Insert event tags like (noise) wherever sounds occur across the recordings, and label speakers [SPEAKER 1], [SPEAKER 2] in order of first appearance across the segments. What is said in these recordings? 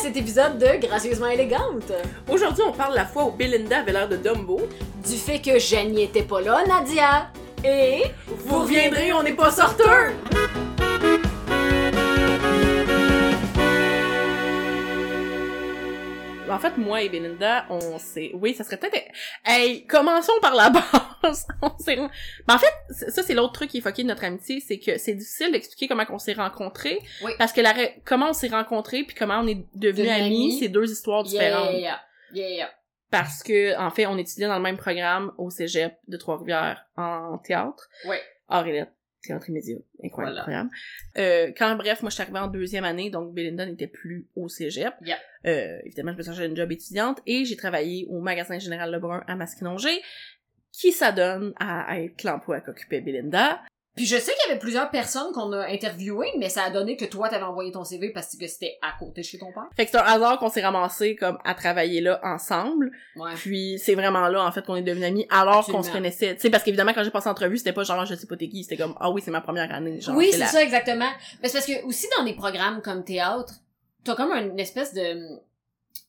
[SPEAKER 1] cet épisode de Gracieusement élégante.
[SPEAKER 2] Aujourd'hui, on parle la fois où Belinda avait l'air de Dumbo.
[SPEAKER 1] Du fait que je n'y étais pas là, Nadia. Et
[SPEAKER 2] Vous reviendrez, on n'est pas sorteurs! Ben, En fait, moi et Belinda, on s'est... Oui, ça serait peut-être... Hey, commençons par la (laughs) base. on s'est... Mais en fait, c- ça, c'est l'autre truc qui est fucké de notre amitié, c'est que c'est difficile d'expliquer comment on s'est rencontrés.
[SPEAKER 1] Oui.
[SPEAKER 2] Parce que la... ra- comment on s'est rencontrés puis comment on est devenus
[SPEAKER 1] Devenus
[SPEAKER 2] amis,
[SPEAKER 1] amis.
[SPEAKER 2] c'est deux histoires différentes.
[SPEAKER 1] Yeah, yeah, yeah.
[SPEAKER 2] parce que en fait on étudiait dans le même programme au cégep de Trois-Rivières en théâtre.
[SPEAKER 1] Ouais.
[SPEAKER 2] Aurélie, théâtre immédiat, incroyable
[SPEAKER 1] Voilà.
[SPEAKER 2] programme. Euh, quand bref, moi je suis arrivée en deuxième année donc Belinda n'était plus au cégep.
[SPEAKER 1] Yeah.
[SPEAKER 2] Euh, évidemment, je me cherchais une job étudiante et j'ai travaillé au magasin général Lebrun à Masquinongé qui s'adonne à être l'emploi qu'occupait Belinda.
[SPEAKER 1] Puis je sais qu'il y avait plusieurs personnes qu'on a interviewées, mais ça a donné que toi, t'avais envoyé ton CV parce que c'était à côté de chez ton père.
[SPEAKER 2] Fait que c'est un hasard qu'on s'est ramassé comme à travailler là ensemble.
[SPEAKER 1] Ouais.
[SPEAKER 2] Puis c'est vraiment là en fait qu'on est devenus amis alors qu'on se
[SPEAKER 1] Absolument.
[SPEAKER 2] connaissait. Tu sais parce qu'évidemment quand j'ai passé l'entrevue, c'était pas genre Ah, je sais pas t'es qui, c'était comme ah oui, c'est ma première année genre.
[SPEAKER 1] oui,
[SPEAKER 2] c'est
[SPEAKER 1] c'est
[SPEAKER 2] la-
[SPEAKER 1] ça, exactement. Mais c'est parce que aussi dans des programmes comme théâtre, t'as comme une espèce de...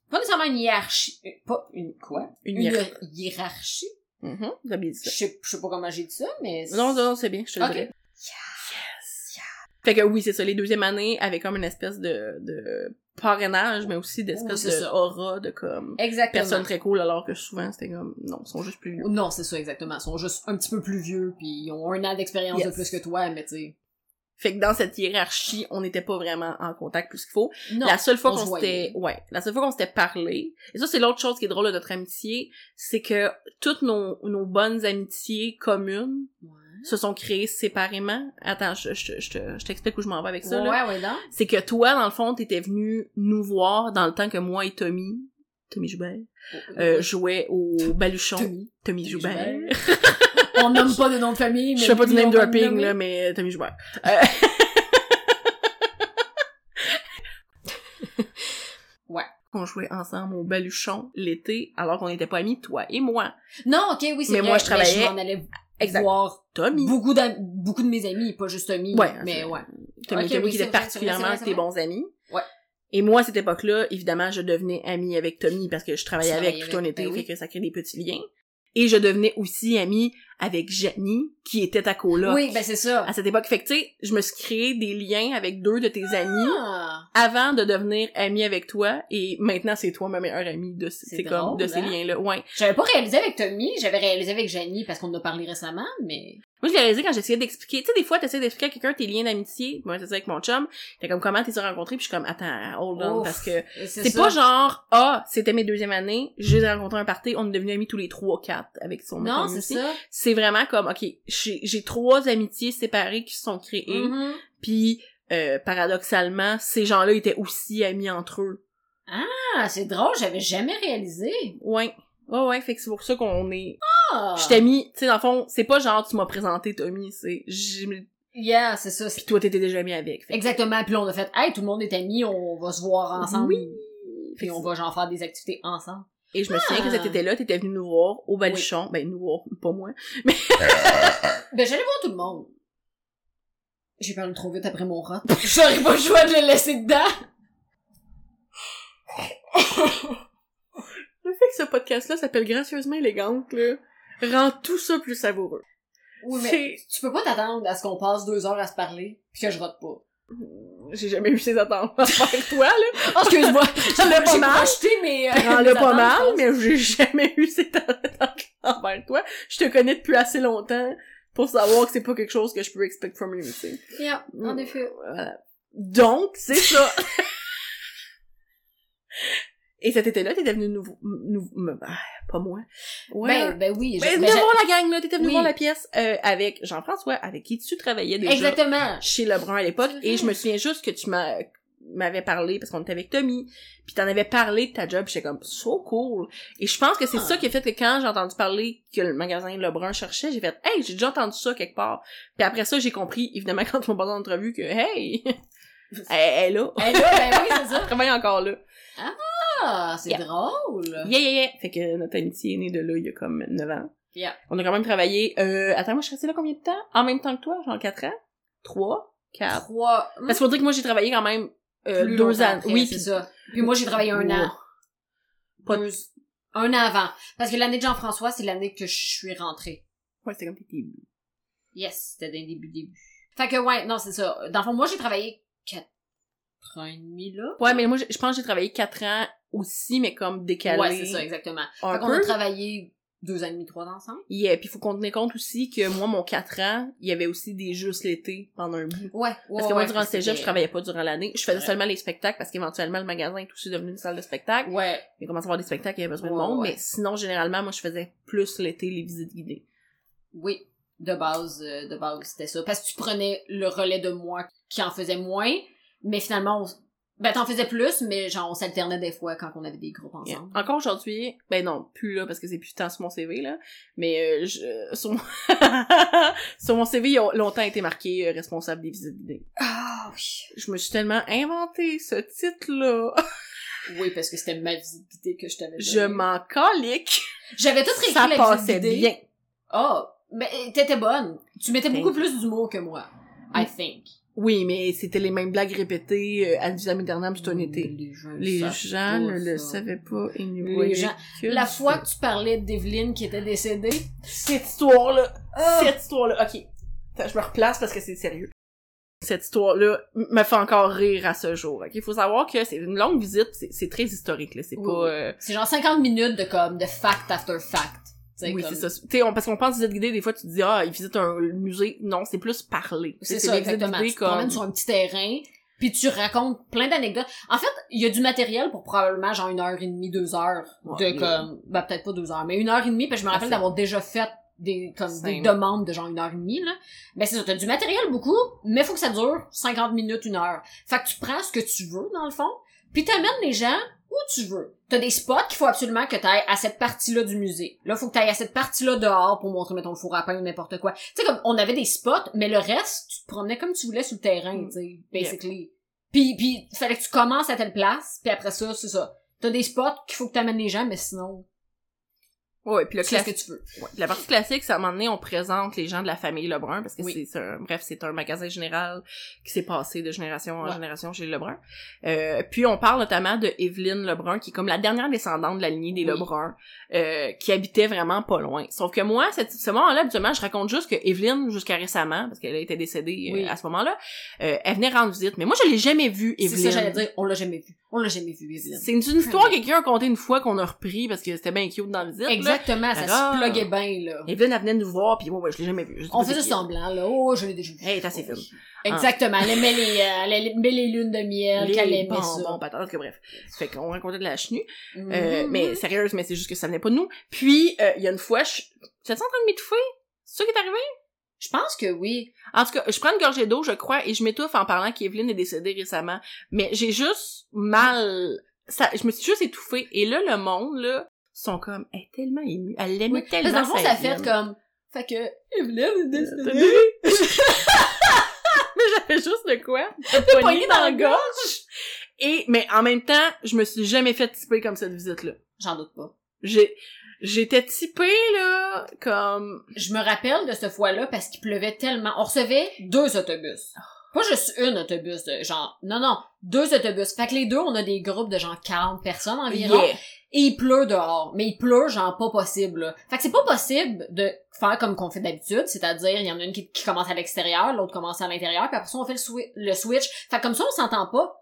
[SPEAKER 1] Pas nécessairement une hiérarchie... euh, Pas une... Quoi?
[SPEAKER 2] Une
[SPEAKER 1] Une
[SPEAKER 2] hiérarchie.
[SPEAKER 1] hiérarchie?
[SPEAKER 2] Mhm, vous avez dit
[SPEAKER 1] Je
[SPEAKER 2] ça.
[SPEAKER 1] sais je sais pas comment j'ai dit ça, mais...
[SPEAKER 2] Non, non, non, c'est bien, je te le
[SPEAKER 1] Ok.
[SPEAKER 2] dirai. Yes. Fait que oui, c'est ça les deuxièmes années avec comme une espèce de de parrainage mais aussi
[SPEAKER 1] Oui,
[SPEAKER 2] d'espèce
[SPEAKER 1] c'est
[SPEAKER 2] de
[SPEAKER 1] ça.
[SPEAKER 2] aura de comme
[SPEAKER 1] Exactement.
[SPEAKER 2] personne très cool alors que souvent c'était comme non, ils sont juste plus vieux.
[SPEAKER 1] Non, c'est ça, exactement. Ils sont juste un petit peu plus vieux, puis ils ont un an d'expérience
[SPEAKER 2] Yes.
[SPEAKER 1] de plus que toi, mais tu
[SPEAKER 2] Fait que dans cette hiérarchie, on n'était pas vraiment en contact plus qu'il faut.
[SPEAKER 1] sais. Non.
[SPEAKER 2] la seule fois
[SPEAKER 1] on se
[SPEAKER 2] qu'on
[SPEAKER 1] voyait.
[SPEAKER 2] s'était ouais la seule fois qu'on s'était parlé et ça c'est l'autre chose qui est drôle de notre amitié c'est que toutes nos, nos bonnes amitiés communes
[SPEAKER 1] Ouais.
[SPEAKER 2] se sont créées séparément attends je je je te- je t'explique où je m'en vais avec ça là
[SPEAKER 1] ouais, ouais, non.
[SPEAKER 2] c'est que toi dans le fond t'étais venu nous voir dans le temps que moi et Tommy Tommy Joubert euh, jouaient au baluchon Tommy,
[SPEAKER 1] Tommy.
[SPEAKER 2] Joubert,
[SPEAKER 1] on nomme pas de nom de famille, mais.
[SPEAKER 2] je fais pas du
[SPEAKER 1] lui,
[SPEAKER 2] name
[SPEAKER 1] on va le
[SPEAKER 2] dropping
[SPEAKER 1] nommer.
[SPEAKER 2] là mais Tommy (laughs) Joubert
[SPEAKER 1] Euh. Ouais.
[SPEAKER 2] qu'on jouait ensemble au baluchon l'été alors qu'on n'était pas amis toi et moi
[SPEAKER 1] Non, ok, oui, c'est
[SPEAKER 2] Mais
[SPEAKER 1] vrai,
[SPEAKER 2] moi, je travaillais-
[SPEAKER 1] Mais je m'en allais voir
[SPEAKER 2] Tommy
[SPEAKER 1] beaucoup, d'am- beaucoup de mes amis, pas juste Tommy.
[SPEAKER 2] Ouais, c'est-
[SPEAKER 1] mais ouais.
[SPEAKER 2] Tommy
[SPEAKER 1] Ok,
[SPEAKER 2] Tommy
[SPEAKER 1] oui,
[SPEAKER 2] qui
[SPEAKER 1] c'est
[SPEAKER 2] était
[SPEAKER 1] vrai,
[SPEAKER 2] particulièrement
[SPEAKER 1] c'est vrai, c'est
[SPEAKER 2] tes
[SPEAKER 1] vrai,
[SPEAKER 2] bons amis.
[SPEAKER 1] Ouais.
[SPEAKER 2] Et moi, à cette époque-là, évidemment, je devenais amie avec Tommy parce que je travaillais
[SPEAKER 1] Tu
[SPEAKER 2] avec
[SPEAKER 1] travaillais
[SPEAKER 2] tout un
[SPEAKER 1] avec,
[SPEAKER 2] été,
[SPEAKER 1] ben oui.
[SPEAKER 2] fait que ça crée des petits liens. Et je devenais aussi amie avec Janie, qui était ta coloc.
[SPEAKER 1] Oui, ben c'est ça.
[SPEAKER 2] À cette époque, fait que tu sais, je me suis créé des liens avec deux de tes amis
[SPEAKER 1] Ah,
[SPEAKER 2] avant de devenir amie avec toi. Et maintenant, c'est toi ma meilleure amie de, ces-
[SPEAKER 1] C'est
[SPEAKER 2] c'est comme,
[SPEAKER 1] drôle,
[SPEAKER 2] de ces
[SPEAKER 1] hein?
[SPEAKER 2] liens-là. Ouais.
[SPEAKER 1] J'avais pas réalisé avec Tommy, j'avais réalisé avec Janie parce qu'on en a parlé récemment, mais.
[SPEAKER 2] Moi, je l'ai réalisé quand j'essayais d'expliquer. Tu sais, des fois, t'essayes d'expliquer à quelqu'un tes liens d'amitié. Moi, c'est ça avec mon chum. T'es comme, comment t'es rencontrés? Puis je suis comme, attends, hold on,
[SPEAKER 1] Ouf.
[SPEAKER 2] parce que
[SPEAKER 1] C'est
[SPEAKER 2] C'est pas genre, ah, c'était mes deuxième années, j'ai rencontré un party, on est devenus amis tous les trois, quatre avec son mec
[SPEAKER 1] Non,
[SPEAKER 2] ami
[SPEAKER 1] c'est
[SPEAKER 2] aussi.
[SPEAKER 1] ça.
[SPEAKER 2] C'est vraiment comme, ok, j'ai j'ai trois amitiés séparées qui se sont créées,
[SPEAKER 1] Mhm.
[SPEAKER 2] puis euh, paradoxalement, ces gens-là étaient aussi amis entre eux.
[SPEAKER 1] Ah, c'est drôle, j'avais jamais réalisé.
[SPEAKER 2] Ouais. Ouais, ouais, fait que c'est pour ça qu'on est...
[SPEAKER 1] Ah!
[SPEAKER 2] Je t'ai mis, tu sais, dans le fond, c'est pas genre tu m'as présenté Tommy, c'est... j'ai-
[SPEAKER 1] Yeah, c'est ça.
[SPEAKER 2] Puis toi, t'étais déjà ami avec. Fait que-
[SPEAKER 1] Exactement. Puis là, on a fait, hey, tout le monde est amis, on va se voir ensemble.
[SPEAKER 2] Oui. Fait
[SPEAKER 1] Puis
[SPEAKER 2] que
[SPEAKER 1] on va genre faire des activités ensemble.
[SPEAKER 2] Et je me souviens que
[SPEAKER 1] Ah.
[SPEAKER 2] t'étais là, t'étais venu nous voir au baluchon. Ben, nous voir, pas moi.
[SPEAKER 1] Ben, j'allais voir tout le monde. J'ai parlé trop vite après mon rot. (laughs) J'aurais pas le choix de le laisser dedans.
[SPEAKER 2] Le fait que ce podcast-là s'appelle gracieusement élégante, là, rend tout ça plus savoureux.
[SPEAKER 1] Oui, mais
[SPEAKER 2] C'est-
[SPEAKER 1] tu peux pas t'attendre à ce qu'on passe deux heures à se parler, puis que je rote pas.
[SPEAKER 2] J'ai jamais eu ces attentes envers toi, (laughs) là.
[SPEAKER 1] Oh, excuse-moi.
[SPEAKER 2] Rends-le
[SPEAKER 1] (laughs)
[SPEAKER 2] pas
[SPEAKER 1] J'ai
[SPEAKER 2] mal.
[SPEAKER 1] projeté, mais...
[SPEAKER 2] Rends-le pas mal, mais j'ai jamais eu ces attentes envers toi. Je te connais depuis assez longtemps pour savoir que c'est pas quelque chose que je peux expect from you, tu sais.
[SPEAKER 1] Yeah, en
[SPEAKER 2] Mm.
[SPEAKER 1] effet.
[SPEAKER 2] Voilà. Donc, c'est
[SPEAKER 1] (laughs)
[SPEAKER 2] ça. Et cet été-là, t'étais venu nous, nous, me- ah, pas moi. Ouais.
[SPEAKER 1] Ben, ben oui. je-
[SPEAKER 2] Ben,
[SPEAKER 1] ben,
[SPEAKER 2] venez
[SPEAKER 1] j'a-
[SPEAKER 2] voir la gang, là. T'étais venu
[SPEAKER 1] Oui.
[SPEAKER 2] voir la pièce, euh, avec Jean-François, avec qui tu travaillais
[SPEAKER 1] (laughs)
[SPEAKER 2] déjà.
[SPEAKER 1] Exactement.
[SPEAKER 2] chez Lebrun à l'époque
[SPEAKER 1] C'est vrai.
[SPEAKER 2] et je me souviens juste que tu m'as m'avais parlé parce qu'on était avec Tommy puis t'en avais parlé de ta job puis j'étais comme so cool et je pense que c'est
[SPEAKER 1] Ah.
[SPEAKER 2] ça qui a fait que quand j'ai entendu parler que le magasin Lebrun cherchait j'ai fait hey j'ai déjà entendu ça quelque part puis après ça j'ai compris évidemment (laughs) quand ils m'ont passé en entrevue que hey
[SPEAKER 1] (laughs)
[SPEAKER 2] elle, elle est là
[SPEAKER 1] Eh là, ben oui, c'est
[SPEAKER 2] elle
[SPEAKER 1] ça.
[SPEAKER 2] travaille encore là
[SPEAKER 1] Ah, c'est
[SPEAKER 2] Yeah.
[SPEAKER 1] drôle.
[SPEAKER 2] yeah yeah yeah fait que notre amitié est née de là il y a comme 9 ans
[SPEAKER 1] Yeah.
[SPEAKER 2] on a quand même travaillé euh, attends moi je suis restée là combien de temps en même temps que toi genre 4 ans 3 4
[SPEAKER 1] Trois...
[SPEAKER 2] Parce qu'il faut dire que moi, j'ai travaillé quand même euh,
[SPEAKER 1] Plus
[SPEAKER 2] deux
[SPEAKER 1] longtemps
[SPEAKER 2] ans.
[SPEAKER 1] après,
[SPEAKER 2] Oui,
[SPEAKER 1] c'est
[SPEAKER 2] puis
[SPEAKER 1] ça. Puis moi, j'ai travaillé un an.
[SPEAKER 2] Pas
[SPEAKER 1] Deux- Un an avant. Parce que l'année de Jean-François, c'est l'année que je suis rentrée.
[SPEAKER 2] Ouais, c'était comme tes débuts.
[SPEAKER 1] Yes, c'était d'un début, début. Fait que ouais, non, c'est ça. Dans le fond, moi, j'ai travaillé quatre ans et demi, là.
[SPEAKER 2] Ouais, mais moi, je, je pense que j'ai travaillé quatre ans aussi, mais comme décalé.
[SPEAKER 1] Ouais, c'est ça, exactement.
[SPEAKER 2] Un
[SPEAKER 1] Fait qu'on a
[SPEAKER 2] peu.
[SPEAKER 1] travaillé deux ans et demi, trois ans ensemble.
[SPEAKER 2] Yeah, puis faut qu'on tenait compte aussi que moi, mon quatre ans, il y avait aussi des jeux l'été pendant un bout.
[SPEAKER 1] Ouais, ouais,
[SPEAKER 2] Parce que moi,
[SPEAKER 1] ouais,
[SPEAKER 2] durant le cégep,
[SPEAKER 1] c'était-
[SPEAKER 2] je travaillais pas durant l'année. Je faisais
[SPEAKER 1] Ouais.
[SPEAKER 2] seulement les spectacles parce qu'éventuellement, le magasin est aussi devenu une salle de spectacle.
[SPEAKER 1] Ouais.
[SPEAKER 2] Il commence à avoir des spectacles, il y avait besoin de
[SPEAKER 1] Ouais,
[SPEAKER 2] monde.
[SPEAKER 1] ouais.
[SPEAKER 2] Mais sinon, généralement, moi, je faisais plus l'été les visites guidées.
[SPEAKER 1] Oui, de base, euh, de base, c'était ça. Parce que tu prenais le relais de moi qui en faisait moins, mais finalement, on... s- ben t'en faisais plus, mais genre on s'alternait des fois quand on avait des groupes
[SPEAKER 2] Yeah.
[SPEAKER 1] ensemble.
[SPEAKER 2] Encore aujourd'hui, ben non, plus là, parce que c'est plus tant sur mon CV, là. Mais euh, je, sur, mon... (laughs) sur mon CV, il a longtemps été marqué euh, responsable des visites guidées.
[SPEAKER 1] Ah oui.
[SPEAKER 2] Je me suis tellement inventé
[SPEAKER 1] (laughs)
[SPEAKER 2] ce titre-là.
[SPEAKER 1] Oui, parce que c'était ma visite guidée que je t'avais
[SPEAKER 2] je
[SPEAKER 1] donnée.
[SPEAKER 2] m'en calique.
[SPEAKER 1] J'avais tout réécrit
[SPEAKER 2] Ça
[SPEAKER 1] la
[SPEAKER 2] passait
[SPEAKER 1] visite guidée.
[SPEAKER 2] bien.
[SPEAKER 1] Oh, mais t'étais bonne. Tu mettais
[SPEAKER 2] Thank Mm.
[SPEAKER 1] beaucoup plus d'humour que moi. I think.
[SPEAKER 2] Oui, mais c'était les mêmes blagues répétées euh, ad vitam aeternam tout un été.
[SPEAKER 1] Mm, Les gens,
[SPEAKER 2] Les
[SPEAKER 1] savent
[SPEAKER 2] gens
[SPEAKER 1] pas
[SPEAKER 2] ne le
[SPEAKER 1] ça.
[SPEAKER 2] savaient pas et nous
[SPEAKER 1] Les
[SPEAKER 2] voyaient
[SPEAKER 1] gens-
[SPEAKER 2] que
[SPEAKER 1] La
[SPEAKER 2] ça.
[SPEAKER 1] fois que tu parlais d'Evelyne qui était décédée,
[SPEAKER 2] Cette histoire-là,
[SPEAKER 1] Ah!
[SPEAKER 2] cette histoire-là, ok. Attends, je me replace parce que c'est sérieux. Cette histoire-là m- me fait encore rire à ce jour. Il faut savoir que c'est une longue visite, c'est c'est très historique. là. C'est
[SPEAKER 1] Oui,
[SPEAKER 2] pas...
[SPEAKER 1] oui.
[SPEAKER 2] euh,
[SPEAKER 1] c'est genre 50 minutes de comme de fact after fact. Tu sais,
[SPEAKER 2] Oui,
[SPEAKER 1] comme-
[SPEAKER 2] c'est ça. T'sais, on, parce qu'on pense visite guidée, des fois tu te dis ah ils visitent un musée. Non, c'est plus parler.
[SPEAKER 1] C'est
[SPEAKER 2] T'sais,
[SPEAKER 1] ça,
[SPEAKER 2] les visites
[SPEAKER 1] exactement.
[SPEAKER 2] guidées
[SPEAKER 1] Tu te promènes sur un petit terrain, puis tu racontes plein d'anecdotes. En fait, il y a du matériel pour probablement genre une heure et demie, deux heures
[SPEAKER 2] Ouais,
[SPEAKER 1] de
[SPEAKER 2] mais-
[SPEAKER 1] comme... Ben, peut-être pas deux heures, mais une heure et demie, parce que je me rappelle
[SPEAKER 2] Facile.
[SPEAKER 1] d'avoir déjà fait des, comme, des
[SPEAKER 2] Cinq.
[SPEAKER 1] demandes de genre une heure et demie, là. Ben, c'est ça, t'as du matériel beaucoup, mais faut que ça dure 50 minutes, une heure. Fait que tu prends ce que tu veux, dans le fond, puis t'amènes les gens où tu veux. T'as des spots qu'il faut absolument que t'ailles à cette partie-là du musée. Là, faut que t'ailles à cette partie-là dehors pour montrer, mettons, le four à pain ou n'importe quoi. Tu sais, comme, on avait des spots, mais le reste, tu te promenais comme tu voulais sur le terrain,
[SPEAKER 2] Mm.
[SPEAKER 1] tu sais, basically. Puis, puis, fallait que tu commences à telle place, puis après ça, c'est ça. T'as des spots qu'il faut que t'amènes les gens, mais sinon,
[SPEAKER 2] Ouais, puis le
[SPEAKER 1] tu fais ce
[SPEAKER 2] classique.
[SPEAKER 1] que tu veux.
[SPEAKER 2] Ouais. La partie classique, c'est à un moment donné, on présente les gens de la famille Lebrun, parce que
[SPEAKER 1] Oui.
[SPEAKER 2] c'est- c'est un, bref, c'est un magasin général qui s'est passé de génération en
[SPEAKER 1] Ouais.
[SPEAKER 2] génération chez Lebrun. Euh, puis on parle notamment de Evelyne Lebrun, qui est comme la dernière descendante de la lignée des
[SPEAKER 1] Oui.
[SPEAKER 2] Lebrun, euh, qui habitait vraiment pas loin. Sauf que moi, cette- ce moment-là, habituellement, je raconte juste que Evelyne, jusqu'à récemment, parce qu'elle a été décédée euh,
[SPEAKER 1] Oui.
[SPEAKER 2] à ce moment-là, euh, elle venait rendre visite. Mais moi, je l'ai jamais vue,
[SPEAKER 1] C'est
[SPEAKER 2] Evelyne.
[SPEAKER 1] ça, j'allais dire, on l'a jamais vu. On l'a jamais vu, Evelyne.
[SPEAKER 2] C'est une, une histoire que quelqu'un a contée une fois qu'on a repris, parce que c'était bien cute dans la visite. là.
[SPEAKER 1] Exactement, ça
[SPEAKER 2] Alors-
[SPEAKER 1] se pluguait bien, là.
[SPEAKER 2] Evelyne, elle venait nous voir, puis ouais, ouais, je l'ai jamais vue. Je sais
[SPEAKER 1] On
[SPEAKER 2] pas c'est
[SPEAKER 1] faisait
[SPEAKER 2] qui.
[SPEAKER 1] semblant, là. Oh, je l'ai déjà vu.
[SPEAKER 2] Hey, t'as assez
[SPEAKER 1] Oui.
[SPEAKER 2] film.
[SPEAKER 1] Exactement. Elle aimait les, euh, elle aimait les lunes de miel,
[SPEAKER 2] Les
[SPEAKER 1] qu'elle aimait
[SPEAKER 2] bonbons,
[SPEAKER 1] ça.
[SPEAKER 2] patates, en tout cas, bref. Fait qu'on racontait de la chenue.
[SPEAKER 1] Mhm.
[SPEAKER 2] Euh, mais sérieuse, mais c'est juste que ça venait pas de nous. Puis, euh, il y a une fois, je... T'étais en train de m'étouffer? C'est ça qui est arrivé?
[SPEAKER 1] Je pense que oui.
[SPEAKER 2] En tout cas, je prends une gorgée d'eau, je crois, et je m'étouffe en parlant qu'Evelyne est décédée récemment. Mais j'ai juste mal... Ça, je me suis juste étouffée. Et là, le monde, là, sont comme, elle est tellement émue. Elle l'aimait
[SPEAKER 1] oui. Parce que
[SPEAKER 2] tellement.
[SPEAKER 1] dans le fond, ça fait
[SPEAKER 2] Evelyne.
[SPEAKER 1] comme, fait que, Evelyne est
[SPEAKER 2] Mais (laughs)
[SPEAKER 1] décédée.
[SPEAKER 2] j'avais juste de quoi. De
[SPEAKER 1] poignée dans la
[SPEAKER 2] gorge. Et, mais en même temps, je me suis jamais fait typer comme cette visite-là.
[SPEAKER 1] J'en doute pas.
[SPEAKER 2] J'ai, j'étais typée, là, comme,
[SPEAKER 1] Je me rappelle de ce fois-là parce qu'il pleuvait tellement. On recevait deux
[SPEAKER 2] Oh.
[SPEAKER 1] autobus. Pas juste une autobus, de genre, non, non, deux autobus. Fait que les deux, on a des groupes de genre 40 personnes environ.
[SPEAKER 2] yeah.
[SPEAKER 1] Et il pleut dehors, mais il pleut genre pas possible. Là. Fait que c'est pas possible de faire comme qu'on fait d'habitude, c'est-à-dire il y en a une qui, qui commence à l'extérieur, l'autre commence à l'intérieur, puis après ça on fait le, swi- le switch. Fait que comme ça on s'entend pas.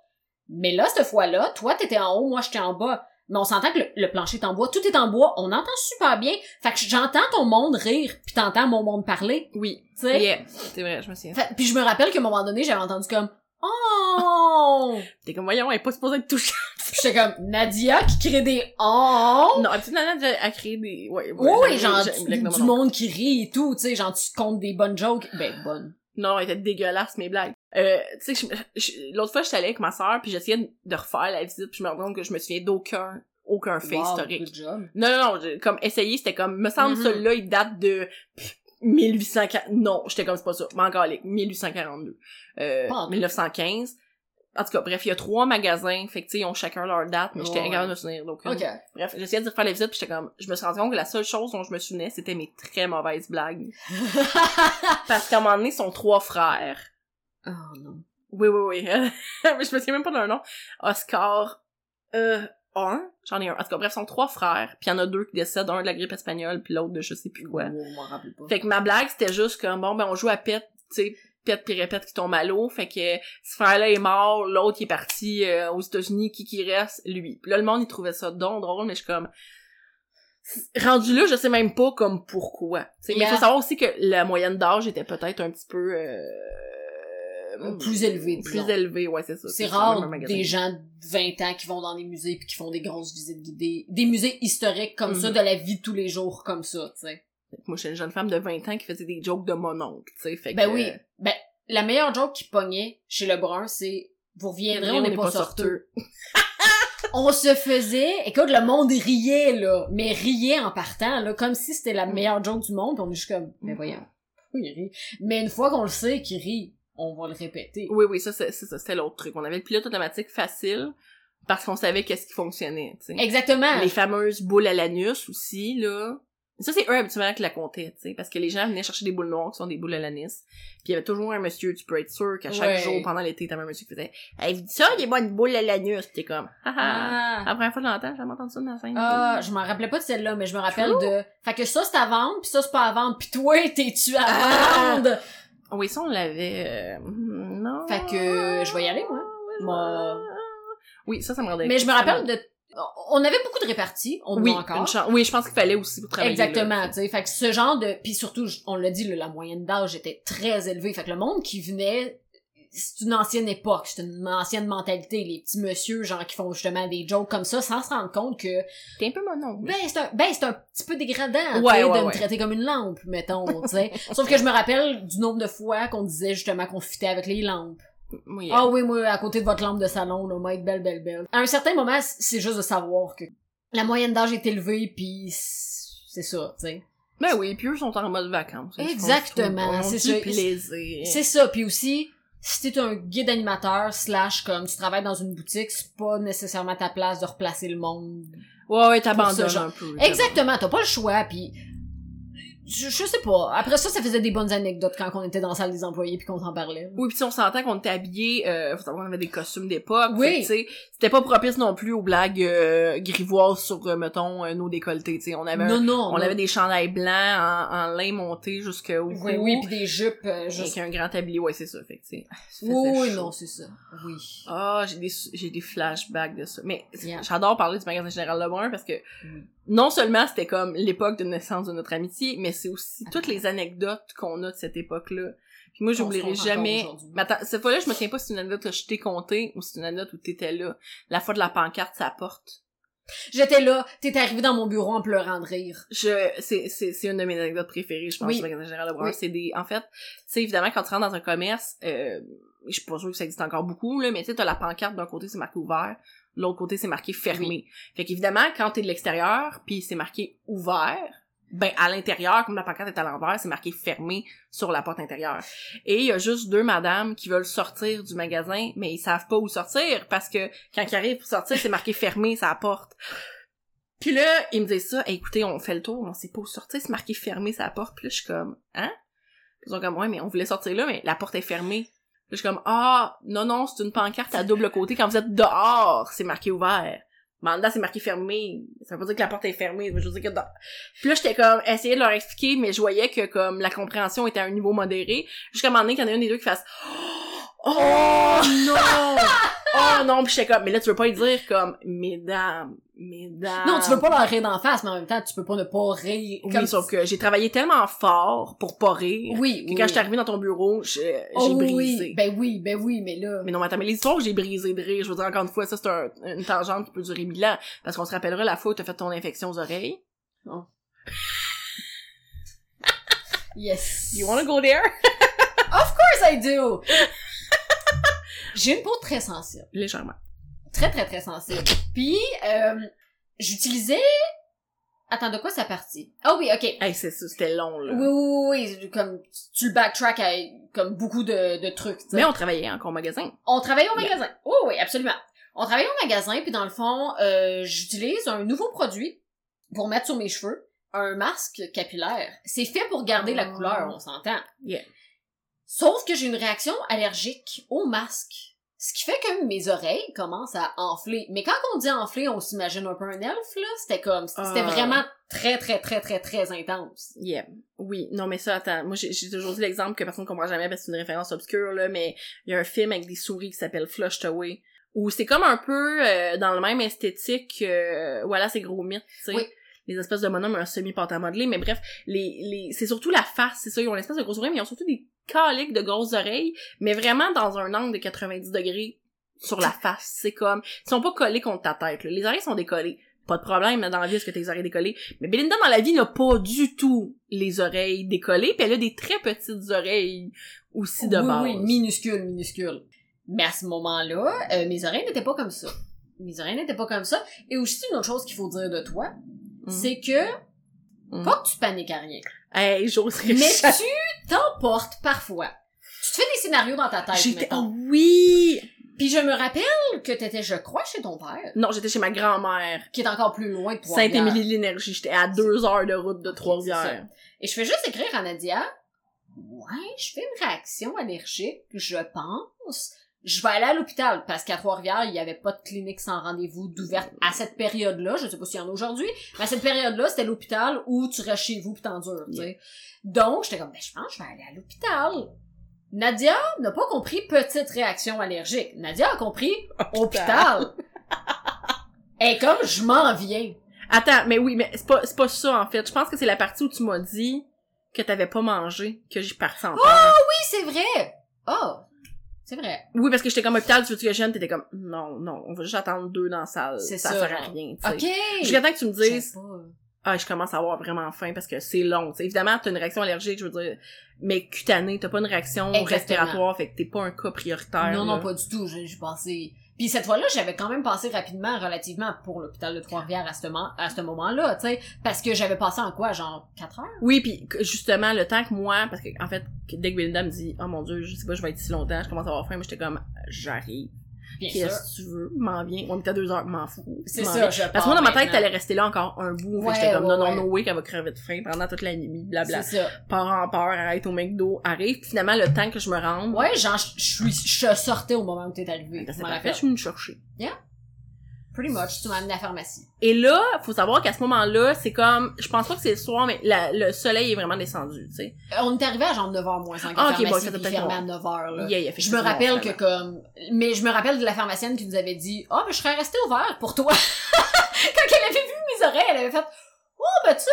[SPEAKER 1] Mais là cette fois-là, toi t'étais en haut, moi j'étais en bas. Mais on s'entend que le, le plancher est en bois, tout est en bois, on entend super bien. Fait que j'entends ton monde rire, puis t'entends mon monde parler,
[SPEAKER 2] Oui.
[SPEAKER 1] tu sais.
[SPEAKER 2] Yeah. C'est vrai, je me souviens.
[SPEAKER 1] Fait- Puis je me rappelle qu'à un moment donné, j'avais entendu comme oh. (laughs)
[SPEAKER 2] T'es comme, voyons, elle est pas supposée être touchée.
[SPEAKER 1] Puis j'étais comme Nadia qui crée des oh.
[SPEAKER 2] Non, petite nana a créé des, ouais,
[SPEAKER 1] Oui,
[SPEAKER 2] j'ai-
[SPEAKER 1] oui, genre
[SPEAKER 2] j'ai-
[SPEAKER 1] du,
[SPEAKER 2] blague, non,
[SPEAKER 1] du
[SPEAKER 2] non.
[SPEAKER 1] monde qui rit et tout, tu sais, genre tu comptes des bonnes jokes. Ben, bonnes.
[SPEAKER 2] Non, elle était dégueulasse, mes blagues. Euh, tu sais, je- je- l'autre fois, j'étais allée avec ma sœur, puis j'essayais de- de refaire la visite, puis je me rends compte que je me souviens d'aucun, aucun fait
[SPEAKER 1] Wow,
[SPEAKER 2] historique.
[SPEAKER 1] good job.
[SPEAKER 2] Non, non, non, j'ai- comme essayer, c'était comme, me semble,
[SPEAKER 1] Mhm.
[SPEAKER 2] celui-là, il date de 1840. Non, j'étais comme, c'est pas ça. Mais encore, les 1842. Euh,
[SPEAKER 1] Pas encore.
[SPEAKER 2] 1915. En tout cas, bref, il y a trois magasins, fait que, tu sais, ils ont chacun leur date, mais j'étais
[SPEAKER 1] Ouais.
[SPEAKER 2] incapable de me souvenir d'aucune.
[SPEAKER 1] Ok.
[SPEAKER 2] Bref, j'essayais de refaire les visites, puis j'étais comme, je me suis rendu compte que la seule chose dont je me souvenais, c'était mes très
[SPEAKER 1] (laughs)
[SPEAKER 2] mauvaises blagues. Parce qu'à un moment donné, ils sont trois frères.
[SPEAKER 1] oh non.
[SPEAKER 2] Oui, oui, (laughs) oui. Mais je me souviens même pas de leur nom. Oscar, euh, un, j'en ai un. En tout cas, bref, sont trois frères, puis il y en a deux qui décèdent, un de la grippe espagnole, puis l'autre de je sais plus quoi.
[SPEAKER 1] Oh, je m'en rappelle pas.
[SPEAKER 2] Fait que ma blague, c'était juste comme, bon, ben, on joue à pète, tu sais, pète puis répète qui tombe à l'eau. Fait que ce frère-là est mort, l'autre il est parti euh, aux États-Unis, qui qui reste, lui. Puis là, le monde, il trouvait ça donc drôle, mais je suis comme... Rendu là, je sais même pas comme pourquoi. Tu sais, Mais
[SPEAKER 1] Yeah.
[SPEAKER 2] il faut savoir aussi que la moyenne d'âge était peut-être un petit peu... euh,
[SPEAKER 1] Euh, Plus élevé,
[SPEAKER 2] Plus
[SPEAKER 1] disons.
[SPEAKER 2] élevé, ouais, c'est ça.
[SPEAKER 1] C'est
[SPEAKER 2] quand même un
[SPEAKER 1] rare
[SPEAKER 2] magasin.
[SPEAKER 1] des gens de 20 ans qui vont dans des musées puis qui font des grosses visites guidées. Des musées historiques comme ça,
[SPEAKER 2] Mhm.
[SPEAKER 1] de la vie de tous les jours comme ça, tu sais.
[SPEAKER 2] Moi, j'étais une jeune femme de 20 ans qui faisait des jokes de mon oncle, tu sais, fait
[SPEAKER 1] Ben
[SPEAKER 2] que- euh,
[SPEAKER 1] oui. Ben, la meilleure joke qui pognait chez Lebrun, c'est « Vous reviendrez, on n'est pas sorteux. On se faisait... Écoute, le monde riait, là. Mais riait en partant, là. Comme si c'était la
[SPEAKER 2] Mm.
[SPEAKER 1] meilleure joke du monde. Puis on est juste comme... Mais voyons. pourquoi il rit? Mais une fois qu'on le sait qu'il rit, on va le répéter.
[SPEAKER 2] Oui, oui, ça, c'est c'est ça, c'était l'autre truc. On avait le pilote automatique facile parce qu'on savait qu'est-ce qui fonctionnait, tu sais.
[SPEAKER 1] Exactement.
[SPEAKER 2] Les fameuses boules à l'anus aussi, là. Ça, c'est eux habituellement qui la comptaient, tu sais, parce que les gens venaient chercher des boules noires qui sont des boules à l'anus. Puis il y avait toujours un monsieur, tu peux être sûr qu'à chaque
[SPEAKER 1] Ouais.
[SPEAKER 2] jour pendant l'été, t'avais un monsieur qui faisait « Hey, vous dites ça, il moi une boule à l'anus! » Puis t'es comme « Ah ah!
[SPEAKER 1] Ah. »
[SPEAKER 2] La première fois que je l'entends, j'ai jamais entendu ça dans la scène.
[SPEAKER 1] Ah, je m'en rappelais pas de celle-là, mais je me rappelle de. Fait que ça c'est à vendre, puis ça c'est pas à vendre, puis toi t'es-tu à
[SPEAKER 2] Ah!
[SPEAKER 1] vendre.
[SPEAKER 2] Oui, ça, on l'avait... euh, Non.
[SPEAKER 1] Fait que, euh, je vais y aller, moi. Moi.
[SPEAKER 2] Oui, ça, ça me rendait...
[SPEAKER 1] Mais je me rappelle de. On avait beaucoup de réparties, on en
[SPEAKER 2] oui,
[SPEAKER 1] a encore.
[SPEAKER 2] une chan- oui, je pense qu'il fallait aussi pour travailler. là.
[SPEAKER 1] Exactement, tu sais. Fait que ce genre de, puis surtout, je- on l'a dit, le- la moyenne d'âge était très élevée. Fait que le monde qui venait, c'est une ancienne époque, c'est une ancienne mentalité. Les petits messieurs, genre, qui font justement des jokes comme ça, sans se rendre compte que,
[SPEAKER 2] T'es un peu mon oncle.
[SPEAKER 1] ben, c'est un, ben, c'est un petit peu dégradant, tu
[SPEAKER 2] Ouais,
[SPEAKER 1] sais,
[SPEAKER 2] ouais,
[SPEAKER 1] de me
[SPEAKER 2] ouais.
[SPEAKER 1] traiter comme une lampe, mettons, tu sais. (laughs) Sauf que je me rappelle du nombre de fois qu'on disait justement qu'on fitait avec les lampes.
[SPEAKER 2] Oui.
[SPEAKER 1] Ah oui, moi, à côté de votre lampe de salon, là, moi, être belle, belle, belle. À un certain moment, c- c'est juste de savoir que la moyenne d'âge est élevée, puis c'est ça, tu sais.
[SPEAKER 2] Ben oui, puis eux sont en mode vacances. Ils se font
[SPEAKER 1] Exactement,
[SPEAKER 2] du- ils ont
[SPEAKER 1] c'est
[SPEAKER 2] du
[SPEAKER 1] ça.
[SPEAKER 2] plaisir.
[SPEAKER 1] C'est ça, puis aussi, si t'es un guide animateur, slash, comme tu travailles dans une boutique, c'est pas nécessairement ta place de replacer le monde.
[SPEAKER 2] Ouais, ouais, t'abandonnes
[SPEAKER 1] Pour ce genre-
[SPEAKER 2] un peu.
[SPEAKER 1] Exactement, t'as pas le choix, puis je, je sais pas. Après ça, ça faisait des bonnes anecdotes quand on était dans la salle des employés puis qu'on s'en parlait.
[SPEAKER 2] Oui, puis tu sais, on s'entend qu'on était habillés, euh, faut savoir, on avait des costumes d'époque.
[SPEAKER 1] Oui.
[SPEAKER 2] fait que, Tu sais, c'était pas propice non plus aux blagues euh, grivoises sur, euh, mettons, euh, nos décolletés, tu sais. On avait, un-
[SPEAKER 1] non, non.
[SPEAKER 2] on
[SPEAKER 1] non.
[SPEAKER 2] avait des chandails blancs en, en lin monté jusqu'au cou.
[SPEAKER 1] Oui, oui, puis des jupes, euh,
[SPEAKER 2] Avec
[SPEAKER 1] juste...
[SPEAKER 2] un grand tablier, ouais, c'est ça, fait que, tu sais. ça faisait
[SPEAKER 1] Oui, oui,
[SPEAKER 2] chaud.
[SPEAKER 1] non, c'est ça. Oui.
[SPEAKER 2] Ah, j'ai des, j'ai des flashbacks de ça. Mais c'est-
[SPEAKER 1] Yeah.
[SPEAKER 2] j'adore parler du magasin Général Lebrun parce que
[SPEAKER 1] Oui.
[SPEAKER 2] non seulement c'était comme l'époque de naissance de notre amitié, mais c'est aussi toutes les anecdotes qu'on a de cette époque-là. Puis moi,
[SPEAKER 1] On Ah. se
[SPEAKER 2] j'oublierai
[SPEAKER 1] compte
[SPEAKER 2] jamais.
[SPEAKER 1] encore aujourd'hui.
[SPEAKER 2] Mais attends, cette fois-là, je me souviens pas si c'est une anecdote que je t'ai contée ou si c'est une anecdote où t'étais là. La fois de la pancarte, ça porte.
[SPEAKER 1] J'étais là, t'es arrivé dans mon bureau en pleurant de rire.
[SPEAKER 2] Je, c'est, c'est, c'est une de mes anecdotes préférées, je pense,
[SPEAKER 1] Oui.
[SPEAKER 2] du magasin Général Lebrun.
[SPEAKER 1] Oui.
[SPEAKER 2] C'est des, en fait, tu sais, évidemment, quand tu rentres dans un commerce, euh, je suis pas sûre que ça existe encore beaucoup, là, mais tu sais, t'as la pancarte d'un côté, c'est marqué ouvert, de l'autre côté, c'est marqué fermé. Fait qu'évidemment, quand t'es de l'extérieur, puis c'est marqué ouvert, ben, à l'intérieur, comme la pancarte est à l'envers, c'est marqué fermé sur la porte intérieure. Et il y a juste deux madames qui veulent sortir du magasin, mais ils savent pas où sortir, parce que quand ils arrivent pour sortir, c'est marqué fermé, ça porte. Puis là, ils me disent ça, Hey, écoutez, on fait le tour, on sait pas où sortir, c'est marqué fermé, ça porte. Puis là, je suis comme, hein? Ils sont comme, ouais, mais on voulait sortir là, mais la porte est fermée. Puis je suis comme, ah, non, non, c'est une pancarte à double côté. Quand vous êtes dehors, c'est marqué ouvert. Mais en dedans, c'est marqué fermé. Ça veut pas dire que la porte est fermée. Ça veut juste dire que dans... Puis là, j'étais comme, essayé de leur expliquer, mais je voyais que, comme, la compréhension était à un niveau modéré. Jusqu'à un moment donné, qu'il y en a un des deux qui fasse, (gasps) oh, non! (laughs) oh, non! Puis j'étais comme, mais là, tu veux pas lui dire, comme, mesdames, mesdames.
[SPEAKER 1] Non, tu veux pas leur rire d'en face, mais en même temps, tu peux pas ne pas rire.
[SPEAKER 2] Oui,
[SPEAKER 1] comme-
[SPEAKER 2] sauf que j'ai travaillé tellement fort pour pas rire.
[SPEAKER 1] Oui,
[SPEAKER 2] Que
[SPEAKER 1] oui.
[SPEAKER 2] quand je suis arrivée dans ton bureau, je- j'ai
[SPEAKER 1] Oh oui,
[SPEAKER 2] brisé.
[SPEAKER 1] oui. Ben oui, ben oui, mais là...
[SPEAKER 2] Mais non, mais attends, mais les histoires que j'ai brisées de rire, je veux dire, encore une fois, ça, c'est un- une tangente qui peut durer mille ans. Parce qu'on se rappellera la fois où t'as fait ton infection aux oreilles.
[SPEAKER 1] Yes.
[SPEAKER 2] go there?
[SPEAKER 1] Yes, I do. (laughs) J'ai une peau très sensible.
[SPEAKER 2] Légèrement.
[SPEAKER 1] Très, très, très sensible. Puis, euh, j'utilisais... Attends, de quoi ça partit? Ah oui, ok.
[SPEAKER 2] Hey, c'est ça, c'était long, là.
[SPEAKER 1] Oui, oui, oui, oui, comme tu le backtrack à comme beaucoup de, de trucs. tu sais.
[SPEAKER 2] Mais on travaillait encore au magasin.
[SPEAKER 1] On travaille au
[SPEAKER 2] Yeah.
[SPEAKER 1] magasin. Oui, oui, absolument. On travaille au magasin, puis dans le fond, euh, j'utilise un nouveau produit pour mettre sur mes cheveux, un masque capillaire. C'est fait pour garder la
[SPEAKER 2] Oh.
[SPEAKER 1] couleur, on s'entend.
[SPEAKER 2] Yeah.
[SPEAKER 1] Sauf que j'ai une réaction allergique au masque. Ce qui fait que mes oreilles commencent à enfler. Mais quand on dit enfler, on s'imagine un peu un elfe, là. C'était comme, c'était
[SPEAKER 2] Ah.
[SPEAKER 1] vraiment très, très, très, très, très intense.
[SPEAKER 2] Yeah. Oui. Non, mais ça, attends. Moi, j'ai j'ai toujours dit l'exemple que personne ne comprend jamais parce que c'est une référence obscure, là, mais il y a un film avec des souris qui s'appelle Flushed Away. Où c'est comme un peu euh, dans le même esthétique, euh, voilà, c'est gros mythe, tu sais.
[SPEAKER 1] Oui.
[SPEAKER 2] Les espèces de bonhommes, un semi-pâte à modeler, mais bref, les, les, c'est surtout la face, c'est ça, ils ont l'espèce de grosse oreille, mais ils ont surtout des caliques de grosses oreilles, mais vraiment dans un angle de 90 degrés sur la face. C'est comme, ils sont pas collés contre ta tête, là. Les oreilles sont décollées. Pas de problème, dans la vie, est-ce que tes oreilles décollées? Mais Belinda, dans la vie, n'a pas du tout les oreilles décollées, puis elle a des très petites oreilles aussi de
[SPEAKER 1] oui,
[SPEAKER 2] base.
[SPEAKER 1] oui, minuscule, minuscule. Mais à ce moment-là, euh, mes oreilles n'étaient pas comme ça. Mes oreilles n'étaient pas comme ça. Et aussi, une autre chose qu'il faut dire de toi,
[SPEAKER 2] Mhm.
[SPEAKER 1] c'est que,
[SPEAKER 2] Mhm.
[SPEAKER 1] pas que tu paniques à
[SPEAKER 2] (laughs)
[SPEAKER 1] rien,
[SPEAKER 2] Hey, j'oserais
[SPEAKER 1] mais
[SPEAKER 2] jamais-
[SPEAKER 1] tu t'emportes parfois. Tu te fais des scénarios dans ta tête,
[SPEAKER 2] J'étais,
[SPEAKER 1] mettons.
[SPEAKER 2] oh oui!
[SPEAKER 1] Puis je me rappelle que t'étais, je crois, chez ton père,
[SPEAKER 2] Non, j'étais chez ma grand-mère.
[SPEAKER 1] qui est encore plus loin que toi.
[SPEAKER 2] Saint-Émilie de l'énergie. J'étais à deux heures de route de Trois-Rivières.
[SPEAKER 1] Et je fais juste écrire à Nadia, ouais, je fais une réaction allergique, je pense. Je vais aller à l'hôpital parce qu'à Trois-Rivières, il n'y avait pas de clinique sans rendez-vous d'ouverte à cette période-là. Je sais pas s'il y en a aujourd'hui, mais à cette période-là, c'était l'hôpital où tu restes chez vous pis t'endures, tu sais. Donc, j'étais comme, ben, je pense que je vais aller à l'hôpital. Nadia n'a pas compris petite réaction allergique. Nadia a compris (laughs) hôpital. Et comme je m'en viens.
[SPEAKER 2] Attends, mais oui, mais c'est pas, c'est pas ça, en fait. Je pense que c'est la partie où tu m'as dit que t'avais pas mangé, que j'y partais en peur.
[SPEAKER 1] Oui, c'est vrai. Oh, c'est vrai.
[SPEAKER 2] Oui, parce que j'étais comme hôpital, tu veux que je vienne? T'étais comme, non, non, on va juste attendre deux dans la salle.
[SPEAKER 1] C'est
[SPEAKER 2] ça.
[SPEAKER 1] ça,
[SPEAKER 2] sert à
[SPEAKER 1] genre.
[SPEAKER 2] rien, tu sais.
[SPEAKER 1] Ok.
[SPEAKER 2] Jusqu'à temps que tu me
[SPEAKER 1] Je
[SPEAKER 2] dises,
[SPEAKER 1] sais pas. euh,
[SPEAKER 2] ah, je commence à avoir vraiment faim parce que c'est long. T'sais, évidemment, t'as une réaction allergique, je veux dire, mais cutanée, t'as pas une réaction
[SPEAKER 1] Exactement.
[SPEAKER 2] respiratoire, fait que t'es pas un cas prioritaire.
[SPEAKER 1] Non,
[SPEAKER 2] là.
[SPEAKER 1] non, pas du tout. J'ai j'ai pensé. Puis cette fois-là, j'avais quand même passé rapidement, relativement, pour l'hôpital de Trois-Rivières à ce, moment- à ce moment-là, tu sais, parce que j'avais passé en quoi, genre 4 heures?
[SPEAKER 2] Oui, puis que- justement, le temps que moi, parce que en fait, que dès que Belinda me dit, oh mon dieu, je sais pas, je vais être ici longtemps, je commence à avoir faim, moi j'étais comme, j'arrive.
[SPEAKER 1] Bien sûr.
[SPEAKER 2] Qu'est-ce que tu veux? M'en viens. On était à deux heures, m'en fous.
[SPEAKER 1] C'est
[SPEAKER 2] M'en
[SPEAKER 1] ça,
[SPEAKER 2] viens.
[SPEAKER 1] je
[SPEAKER 2] Parce que moi, dans ma tête, t'allais rester là encore un bout. Fait que
[SPEAKER 1] Ouais,
[SPEAKER 2] j'étais comme, non,
[SPEAKER 1] ouais,
[SPEAKER 2] non, no way qu'elle va crever de faim pendant toute la nuit,
[SPEAKER 1] C'est
[SPEAKER 2] blabla.
[SPEAKER 1] ça.
[SPEAKER 2] Pars en peur, arrête au McDo, arrive. Puis Finalement, le temps que je me rende,
[SPEAKER 1] Ouais, genre, je je suis, je sortais au moment où t'es arrivé.
[SPEAKER 2] ben,
[SPEAKER 1] Je
[SPEAKER 2] c'est
[SPEAKER 1] m'en
[SPEAKER 2] parfait, je
[SPEAKER 1] rappelle.
[SPEAKER 2] suis venue me chercher.
[SPEAKER 1] Pretty much, tu m'as amené à la pharmacie.
[SPEAKER 2] Et là, faut savoir qu'à ce moment-là, c'est comme, je pense pas que c'est le soir, mais la- le soleil est vraiment descendu, tu sais.
[SPEAKER 1] Euh, On est arrivé à genre 9h moins 5
[SPEAKER 2] Ah,
[SPEAKER 1] à la
[SPEAKER 2] ok, bon,
[SPEAKER 1] pharmacie,
[SPEAKER 2] ça doit
[SPEAKER 1] puis
[SPEAKER 2] peut-être
[SPEAKER 1] fermé à
[SPEAKER 2] voir.
[SPEAKER 1] 9h, là.
[SPEAKER 2] Yeah, yeah, fait
[SPEAKER 1] Je
[SPEAKER 2] c'est
[SPEAKER 1] me
[SPEAKER 2] bon,
[SPEAKER 1] rappelle que
[SPEAKER 2] finalement.
[SPEAKER 1] comme, mais je me rappelle de la pharmacienne qui nous avait dit, ah, ben, je serais restée ouvert pour toi. (laughs) Quand elle avait vu mes oreilles, elle avait fait, oh, ben, tu sais,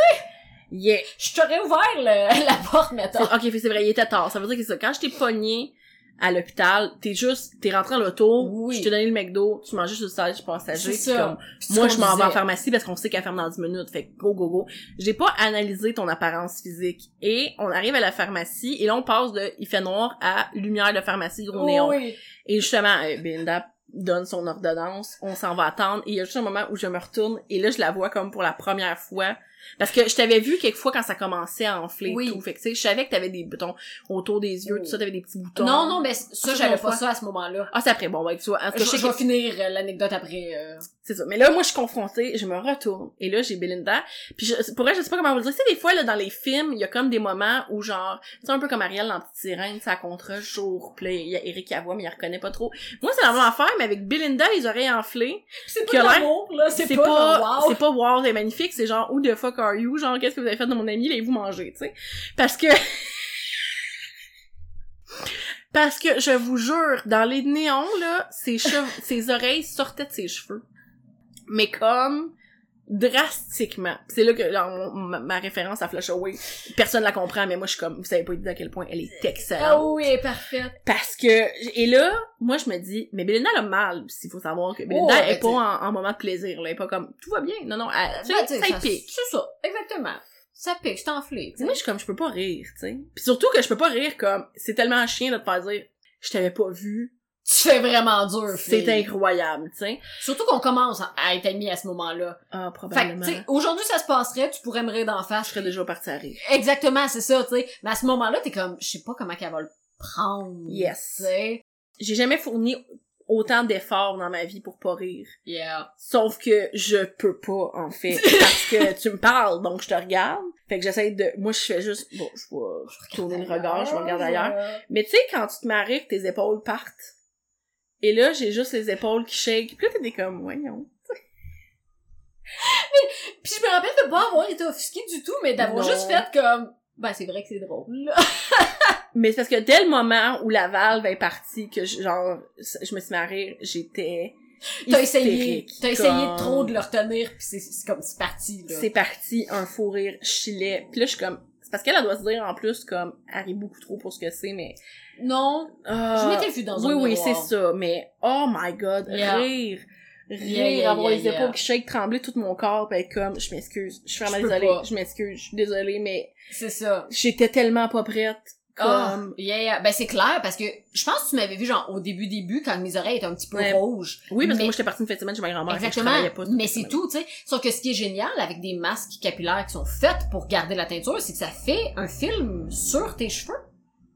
[SPEAKER 2] Yeah.
[SPEAKER 1] je t'aurais ouvert le- (laughs) la porte,
[SPEAKER 2] C'est-
[SPEAKER 1] mettons.
[SPEAKER 2] Ok, fait, c'est vrai, il était tard. Ça veut dire que c'est ça. Quand je t'ai pogné à l'hôpital, t'es juste, t'es rentré en auto,
[SPEAKER 1] Oui.
[SPEAKER 2] je t'ai donné le McDo, tu manges juste le salade du passager,
[SPEAKER 1] C'est
[SPEAKER 2] puis
[SPEAKER 1] ça.
[SPEAKER 2] comme,
[SPEAKER 1] Puis
[SPEAKER 2] Moi,
[SPEAKER 1] ce
[SPEAKER 2] je
[SPEAKER 1] qu'on
[SPEAKER 2] m'en vais en
[SPEAKER 1] disait.
[SPEAKER 2] pharmacie parce qu'on sait qu'elle ferme dans 10 minutes. Fait que go, go, go. J'ai pas analysé ton apparence physique. Et on arrive à la pharmacie et là, on passe de il fait noir à lumière de pharmacie gros néon.
[SPEAKER 1] Oui.
[SPEAKER 2] Et justement, euh, Belinda donne son ordonnance. On s'en va attendre. Et il y a juste un moment où je me retourne et là, je la vois comme pour la première fois. Parce que je t'avais vu quelquefois quand ça commençait à enfler et
[SPEAKER 1] Oui.
[SPEAKER 2] tout. Fait que tu sais, je savais que t'avais des boutons autour des yeux, tout ça, t'avais des petits boutons.
[SPEAKER 1] Non, non, mais ça,
[SPEAKER 2] Seconde
[SPEAKER 1] j'avais pas
[SPEAKER 2] fois.
[SPEAKER 1] ça à ce moment-là.
[SPEAKER 2] Ah, c'est après. Bon, ben, tu vois. en tout
[SPEAKER 1] Je,
[SPEAKER 2] cas, je sais
[SPEAKER 1] je
[SPEAKER 2] que-
[SPEAKER 1] vais finir euh, l'anecdote après. euh.
[SPEAKER 2] C'est ça. Mais là, moi, je suis confrontée, je me retourne. Et là, j'ai Belinda. Puis je, pour elle, je sais pas comment vous le dire. Tu sais, des fois, là, dans les films, il y a comme des moments où, genre, tu sais, un peu comme Ariel dans Petite Sirène, ça contre jour. Puis là, il y a Eric Cavois, mais il la reconnaît pas trop. Moi, c'est la même affaire, mais avec Belinda, les oreilles enflées.
[SPEAKER 1] C'est
[SPEAKER 2] Que
[SPEAKER 1] pas de
[SPEAKER 2] l'air-
[SPEAKER 1] l'amour, là. C'est pas, genre, wow.
[SPEAKER 2] c'est pas wow, c'est magnifique. C'est genre, who the fuck are you? Genre, qu'est-ce que vous avez fait de mon ami? Allez-vous manger, tu sais? Parce que... (laughs) Parce que, je vous jure, dans les néons, là, ses, cheveux,
[SPEAKER 1] (laughs)
[SPEAKER 2] ses oreilles sortaient de ses cheveux. Mais comme drastiquement. C'est là que là, mon- ma, ma référence à Flush Away, personne la comprend, mais moi je suis comme, vous savez pas dit à quel point elle est excellente.
[SPEAKER 1] Ah oui, elle est parfaite.
[SPEAKER 2] Parce que, et là, moi, je me dis, mais Belinda elle a mal, s'il faut savoir que Belinda
[SPEAKER 1] Oh,
[SPEAKER 2] elle est
[SPEAKER 1] ben,
[SPEAKER 2] pas
[SPEAKER 1] tu-
[SPEAKER 2] en, en moment de plaisir, là. Elle est pas comme, tout va bien. Non, non, elle, tu sais,
[SPEAKER 1] Ben, tu sais,
[SPEAKER 2] ça, y pique.
[SPEAKER 1] C'est ça, exactement. Ça pique, je t'enflé.
[SPEAKER 2] Moi, je suis comme, je peux pas rire, tu sais. Puis surtout que je peux pas rire comme, c'est tellement chien de te faire dire, je t'avais pas vu.
[SPEAKER 1] Tu fais vraiment dur,
[SPEAKER 2] C'est
[SPEAKER 1] fille.
[SPEAKER 2] incroyable, tu sais.
[SPEAKER 1] Surtout qu'on commence à être amis à ce moment-là.
[SPEAKER 2] Ah,
[SPEAKER 1] Fait que,
[SPEAKER 2] probablement.
[SPEAKER 1] tu sais, aujourd'hui, ça se passerait, tu pourrais me rire d'en
[SPEAKER 2] je
[SPEAKER 1] face.
[SPEAKER 2] serais déjà partie à rire.
[SPEAKER 1] Exactement, c'est ça, tu sais. Mais à ce moment-là, t'es comme, je sais pas comment qu'elle va le prendre.
[SPEAKER 2] Yes.
[SPEAKER 1] tu sais.
[SPEAKER 2] J'ai jamais fourni autant d'efforts dans ma vie pour pas rire.
[SPEAKER 1] Yeah.
[SPEAKER 2] Sauf que je peux pas,
[SPEAKER 1] (laughs)
[SPEAKER 2] en fait, parce que tu me parles, donc je te regarde. Fait que j'essaie de... Moi, je fais juste... Bon, je vais tourner le regard, je vais regarder ailleurs. Mais tu sais, quand tu te maries, que tes épaules partent, et là, j'ai juste les épaules qui shake, puis là, t'es comme, voyons.
[SPEAKER 1] Puis je me rappelle de pas avoir été offusquée du tout, mais d'avoir
[SPEAKER 2] Non.
[SPEAKER 1] juste fait comme... Ben, c'est vrai que c'est drôle. là.
[SPEAKER 2] Mais c'est parce que dès le moment où la valve est partie, que je- genre, je me suis mariée, j'étais.
[SPEAKER 1] (laughs) T'as essayé,
[SPEAKER 2] hystérique,
[SPEAKER 1] t'as essayé
[SPEAKER 2] comme-
[SPEAKER 1] trop de le retenir, pis c'est c'est comme, c'est parti, là.
[SPEAKER 2] C'est parti, un fou rire chilet. Puis là, je suis comme. C'est parce qu'elle elle doit se dire en plus, comme, elle rit beaucoup trop pour ce que c'est, mais.
[SPEAKER 1] Non, je
[SPEAKER 2] Ah,
[SPEAKER 1] m'étais vue dans un
[SPEAKER 2] Oui, oui,
[SPEAKER 1] miroir.
[SPEAKER 2] c'est ça, mais oh my god,
[SPEAKER 1] Yeah.
[SPEAKER 2] rire. Rire,
[SPEAKER 1] Yeah, yeah,
[SPEAKER 2] avoir
[SPEAKER 1] yeah,
[SPEAKER 2] les épaules
[SPEAKER 1] yeah.
[SPEAKER 2] qui shake, trembler tout mon corps, puis être comme, je m'excuse, je suis vraiment
[SPEAKER 1] Je peux
[SPEAKER 2] désolée,
[SPEAKER 1] pas.
[SPEAKER 2] je m'excuse, je suis désolée, mais
[SPEAKER 1] C'est ça.
[SPEAKER 2] j'étais tellement pas prête. Comme,
[SPEAKER 1] Ah, yeah, yeah. Ben, c'est clair, parce que je pense que tu m'avais vu, genre, au début, début, quand mes oreilles étaient un petit peu
[SPEAKER 2] Ouais.
[SPEAKER 1] rouges.
[SPEAKER 2] Oui, parce
[SPEAKER 1] Mais-
[SPEAKER 2] que moi, j'étais partie une fête de semaine chez ma grand-mère. fait que Je
[SPEAKER 1] Exactement.
[SPEAKER 2] travaillais pas cette
[SPEAKER 1] mais
[SPEAKER 2] fin de
[SPEAKER 1] c'est
[SPEAKER 2] semaine.
[SPEAKER 1] tout, tu sais. Sauf que ce qui est génial avec des masques capillaires qui sont faits pour garder la teinture, c'est que ça fait un film sur tes cheveux.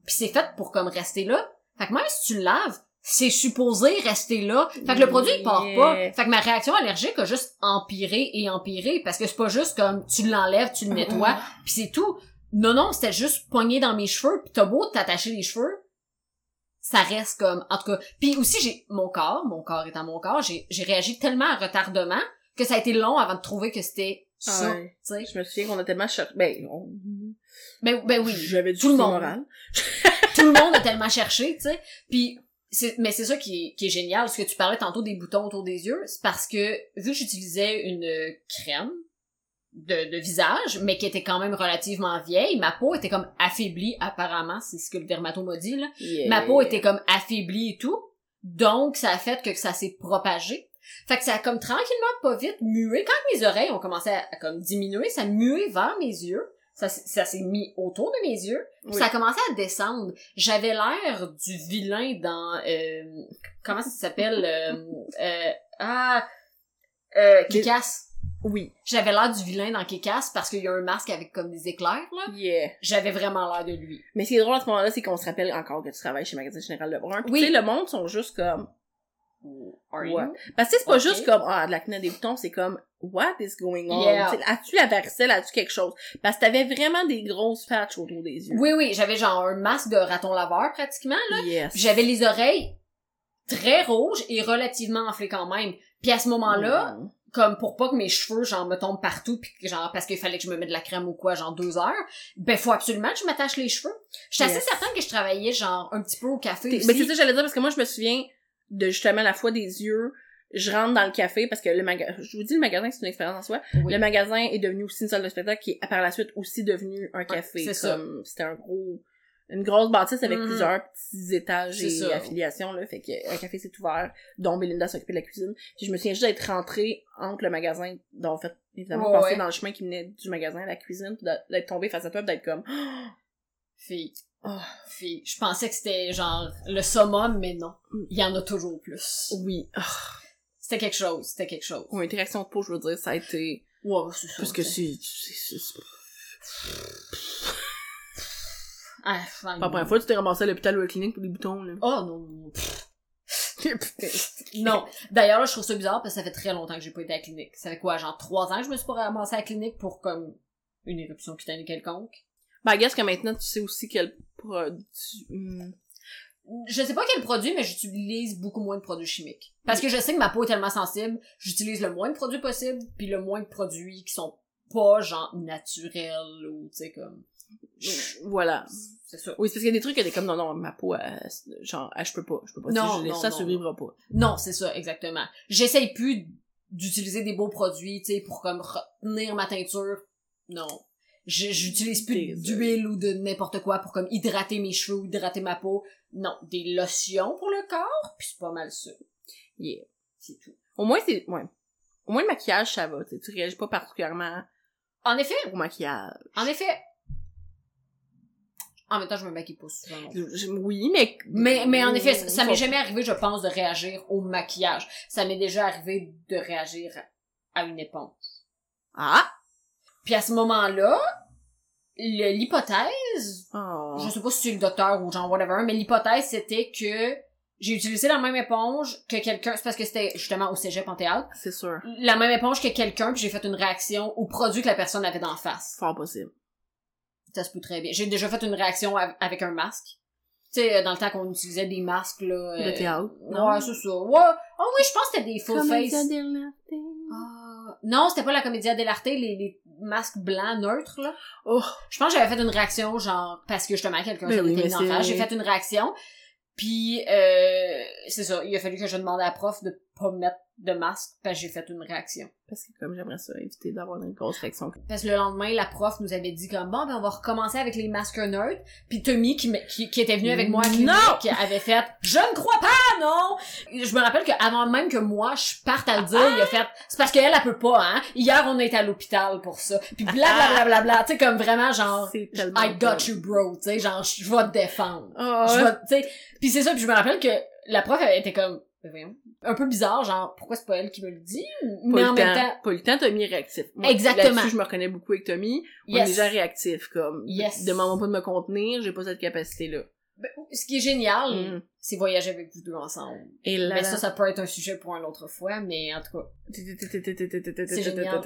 [SPEAKER 1] Puis c'est fait pour comme rester là. Fait que même si tu le laves, c'est supposé rester là. Fait que le produit il part
[SPEAKER 2] Yeah.
[SPEAKER 1] pas. Fait que ma réaction allergique a juste empiré et empiré parce que c'est pas juste comme tu l'enlèves, tu le nettoies, puis c'est tout. Non non, c'était juste pogné dans mes cheveux, puis t'as beau t'attacher les cheveux, ça reste comme en tout cas puis aussi j'ai mon corps mon corps étant mon corps j'ai j'ai réagi tellement à retardement que ça a été long avant de trouver que c'était ça
[SPEAKER 2] Ah ouais.
[SPEAKER 1] tu sais
[SPEAKER 2] Je me souviens qu'on a tellement cherché. Ben, on...
[SPEAKER 1] ben ben oui
[SPEAKER 2] j'avais du
[SPEAKER 1] tout le
[SPEAKER 2] tout
[SPEAKER 1] monde.
[SPEAKER 2] moral.
[SPEAKER 1] tout le monde a tellement cherché tu sais puis c'est- mais c'est ça qui est, qui est génial ce que tu parlais tantôt des boutons autour des yeux c'est parce que vu que j'utilisais une crème de, de visage mais qui était quand même relativement vieille ma peau était comme affaiblie apparemment c'est ce que le dermatome m'a dit là ma
[SPEAKER 2] Euh,
[SPEAKER 1] peau était comme affaiblie et tout. Donc, ça a fait que ça s'est propagé. Fait que ça a comme tranquillement, pas vite, mué. Quand mes oreilles ont commencé à, à comme diminuer, ça a mué vers mes yeux. Ça, s- ça s'est mis autour de mes yeux. Puis
[SPEAKER 2] Oui.
[SPEAKER 1] Ça a commencé à descendre. J'avais l'air du vilain dans... euh, comment ça s'appelle? euh, euh, ah... Euh, Kick-Ass.
[SPEAKER 2] Oui.
[SPEAKER 1] J'avais l'air du vilain dans Kick-Ass parce qu'il y a un masque avec comme des éclairs, là.
[SPEAKER 2] Yeah.
[SPEAKER 1] J'avais vraiment l'air de lui.
[SPEAKER 2] Mais ce qui est drôle à ce moment-là, c'est qu'on se rappelle encore que tu travailles chez Magazine Général Lebrun. Puis
[SPEAKER 1] Oui.
[SPEAKER 2] tu sais, le monde sont juste comme...
[SPEAKER 1] Are
[SPEAKER 2] What?
[SPEAKER 1] you?
[SPEAKER 2] Parce que c'est pas
[SPEAKER 1] Ok.
[SPEAKER 2] juste comme, ah, de l'acné des boutons, c'est comme, what is going on?
[SPEAKER 1] Yeah.
[SPEAKER 2] Tu sais, As-tu la varicelle? As-tu quelque chose? Parce que t'avais vraiment des grosses patchs autour des yeux.
[SPEAKER 1] Oui, oui, j'avais genre un masque de raton laveur pratiquement. là.
[SPEAKER 2] Yes.
[SPEAKER 1] Puis J'avais les oreilles très rouges et relativement enflées quand même. Puis à ce moment-là,
[SPEAKER 2] Mm.
[SPEAKER 1] comme pour pas que mes cheveux genre me tombent partout puis que, genre parce qu'il fallait que je me mette de la crème ou quoi genre deux heures, ben faut absolument que je m'attache les cheveux. J'étais assez
[SPEAKER 2] Yes.
[SPEAKER 1] certaine que je travaillais genre un petit peu au café
[SPEAKER 2] T'es-
[SPEAKER 1] aussi.
[SPEAKER 2] Mais c'est ça, que j'allais dire, parce que moi, je me souviens de justement la fois des yeux. Je rentre dans le café parce que le magasin, je vous dis, le magasin, c'est une expérience en soi.
[SPEAKER 1] Oui.
[SPEAKER 2] Le magasin est devenu aussi une salle de spectacle qui est par la suite aussi devenu un café.
[SPEAKER 1] c'est ça.
[SPEAKER 2] comme C'était un gros, une grosse bâtisse avec
[SPEAKER 1] Mhm.
[SPEAKER 2] plusieurs petits étages
[SPEAKER 1] C'est
[SPEAKER 2] et
[SPEAKER 1] ça.
[SPEAKER 2] affiliations, là. Fait que euh, un café s'est ouvert, dont Belinda s'occupait de la cuisine. Puis je me souviens juste d'être rentrée entre le magasin, dont en fait, évidemment,
[SPEAKER 1] Ouais,
[SPEAKER 2] passer
[SPEAKER 1] ouais.
[SPEAKER 2] dans le chemin qui menait du magasin à la cuisine, puis de- d'être tombée face à toi, puis d'être comme,
[SPEAKER 1] Fille.
[SPEAKER 2] Oh.
[SPEAKER 1] Fille. Je pensais que c'était genre le summum mais non,
[SPEAKER 2] Mm.
[SPEAKER 1] il y en a toujours plus.
[SPEAKER 2] oui, ah.
[SPEAKER 1] C'était quelque chose, c'était quelque chose.
[SPEAKER 2] Ou interaction de peau, je veux dire, ça a été,
[SPEAKER 1] Ouais, c'est ça.
[SPEAKER 2] Parce que
[SPEAKER 1] tu sais.
[SPEAKER 2] c'est. c'est- c'est-
[SPEAKER 1] Ah,
[SPEAKER 2] Pas la première fois que tu t'es ramassé à l'hôpital ou à la clinique pour des boutons, (laughs) là.
[SPEAKER 1] Oh non, non. non.
[SPEAKER 2] Putain.
[SPEAKER 1] Non. D'ailleurs, là, je trouve ça bizarre parce que ça fait très longtemps que j'ai pas été à la clinique. Ça fait quoi, genre trois ans que je me suis pas ramassée à la clinique pour comme une éruption cutanée quelconque?
[SPEAKER 2] Bah, guess que maintenant, tu sais aussi quel produit. Hmm.
[SPEAKER 1] Je sais pas quel produit, mais j'utilise beaucoup moins de produits chimiques. Parce que je sais que ma peau est tellement sensible, j'utilise le moins de produits possible, puis le moins de produits qui sont pas genre naturels ou tu sais comme
[SPEAKER 2] Chut, Voilà.
[SPEAKER 1] c'est ça.
[SPEAKER 2] Oui, c'est parce qu'il y a des trucs que t'es comme, non, non, ma peau, elle, elle- genre, elle, je peux pas, je peux pas.
[SPEAKER 1] Non,
[SPEAKER 2] ça, je laisse
[SPEAKER 1] non,
[SPEAKER 2] ça
[SPEAKER 1] non.
[SPEAKER 2] survivra pas.
[SPEAKER 1] Non, c'est ça exactement. J'essaye plus d'utiliser des beaux produits, tu sais pour comme retenir ma teinture. Non. Je- J'utilise plus
[SPEAKER 2] Désolée.
[SPEAKER 1] d'huile ou de n'importe quoi pour comme hydrater mes cheveux ou hydrater ma peau. Non, des lotions pour le corps, puis c'est pas mal ça.
[SPEAKER 2] Yeah.
[SPEAKER 1] C'est tout.
[SPEAKER 2] Au moins, c'est, ouais. Au moins, le maquillage, ça va, tu sais, tu réagis pas particulièrement
[SPEAKER 1] En effet,
[SPEAKER 2] au maquillage.
[SPEAKER 1] en effet. En même temps, je me maquille pas souvent. non.
[SPEAKER 2] Je- Oui, mais.
[SPEAKER 1] Mais, mais en effet, ça, ça m'est
[SPEAKER 2] Faut-
[SPEAKER 1] jamais arrivé, je pense, de réagir au maquillage. Ça m'est déjà arrivé de réagir à une éponge.
[SPEAKER 2] Ah!
[SPEAKER 1] Puis à ce moment-là, le- l'hypothèse
[SPEAKER 2] Oh.
[SPEAKER 1] je sais pas si c'est le docteur ou genre whatever, mais l'hypothèse c'était que j'ai utilisé la même éponge que quelqu'un, c'est parce que c'était justement au cégep en théâtre,
[SPEAKER 2] C'est sûr.
[SPEAKER 1] la même éponge que quelqu'un, puis j'ai fait une réaction au produit que la personne avait d'en face.
[SPEAKER 2] Fort possible.
[SPEAKER 1] Ça se peut très bien. J'ai déjà fait une réaction av- avec un masque. Tu sais, dans le temps qu'on utilisait des masques, là.
[SPEAKER 2] Le
[SPEAKER 1] euh,
[SPEAKER 2] théâtre.
[SPEAKER 1] Ouais, c'est ça. Ouais. Ah oui, je pense que c'était des full face. Ah, non, c'était pas la comédia dell'arte, les, les masques blancs neutres, là.
[SPEAKER 2] Oh.
[SPEAKER 1] Je pense que j'avais fait une réaction, genre, parce que justement, quelqu'un
[SPEAKER 2] Ben
[SPEAKER 1] s'en
[SPEAKER 2] oui,
[SPEAKER 1] était mis
[SPEAKER 2] mais
[SPEAKER 1] en
[SPEAKER 2] c'est-
[SPEAKER 1] face. J'ai fait une réaction. Puis, euh, c'est ça, il a fallu que je demande à la prof de pas me mettre de masque, parce que j'ai fait une réaction.
[SPEAKER 2] Parce que comme j'aimerais ça, éviter d'avoir une grosse réaction.
[SPEAKER 1] Parce que le lendemain, la prof nous avait dit comme, bon, ben, on va recommencer avec les masques neutres. Puis Tommy, qui, me- qui, qui était venu avec moi à la clinique,
[SPEAKER 2] Non!
[SPEAKER 1] qui avait fait, je ne crois pas, non! Je me rappelle qu'avant même que moi, je parte à le dire, il a fait, c'est parce qu'elle, elle peut pas, hein? Hier, on était à l'hôpital pour ça. Puis blablabla, tu sais, comme vraiment, genre,
[SPEAKER 2] C'est tellement.
[SPEAKER 1] I got you, bro, tu sais, genre, je vais te défendre.
[SPEAKER 2] Oh,
[SPEAKER 1] Je vais- tu sais, Puis c'est ça, puis je me rappelle que la prof elle était comme, Ben voyons, un peu bizarre, genre, pourquoi c'est pas elle qui me le dit? Mais
[SPEAKER 2] pas
[SPEAKER 1] en
[SPEAKER 2] le
[SPEAKER 1] même
[SPEAKER 2] temps.
[SPEAKER 1] temps,
[SPEAKER 2] Pas le temps, Tommy est réactif. Moi,
[SPEAKER 1] Exactement.
[SPEAKER 2] Là-dessus, je me reconnais beaucoup avec Tommy. On est
[SPEAKER 1] yes.
[SPEAKER 2] déjà réactif, comme.
[SPEAKER 1] Yes.
[SPEAKER 2] Demande-moi pas de me contenir, j'ai pas cette capacité-là.
[SPEAKER 1] Ben, Ce qui est génial,
[SPEAKER 2] Mm.
[SPEAKER 1] c'est voyager avec vous deux ensemble.
[SPEAKER 2] Et
[SPEAKER 1] Mais
[SPEAKER 2] là.
[SPEAKER 1] ça, ça peut être un sujet pour une autre fois, mais en tout cas,
[SPEAKER 2] C'est
[SPEAKER 1] génial.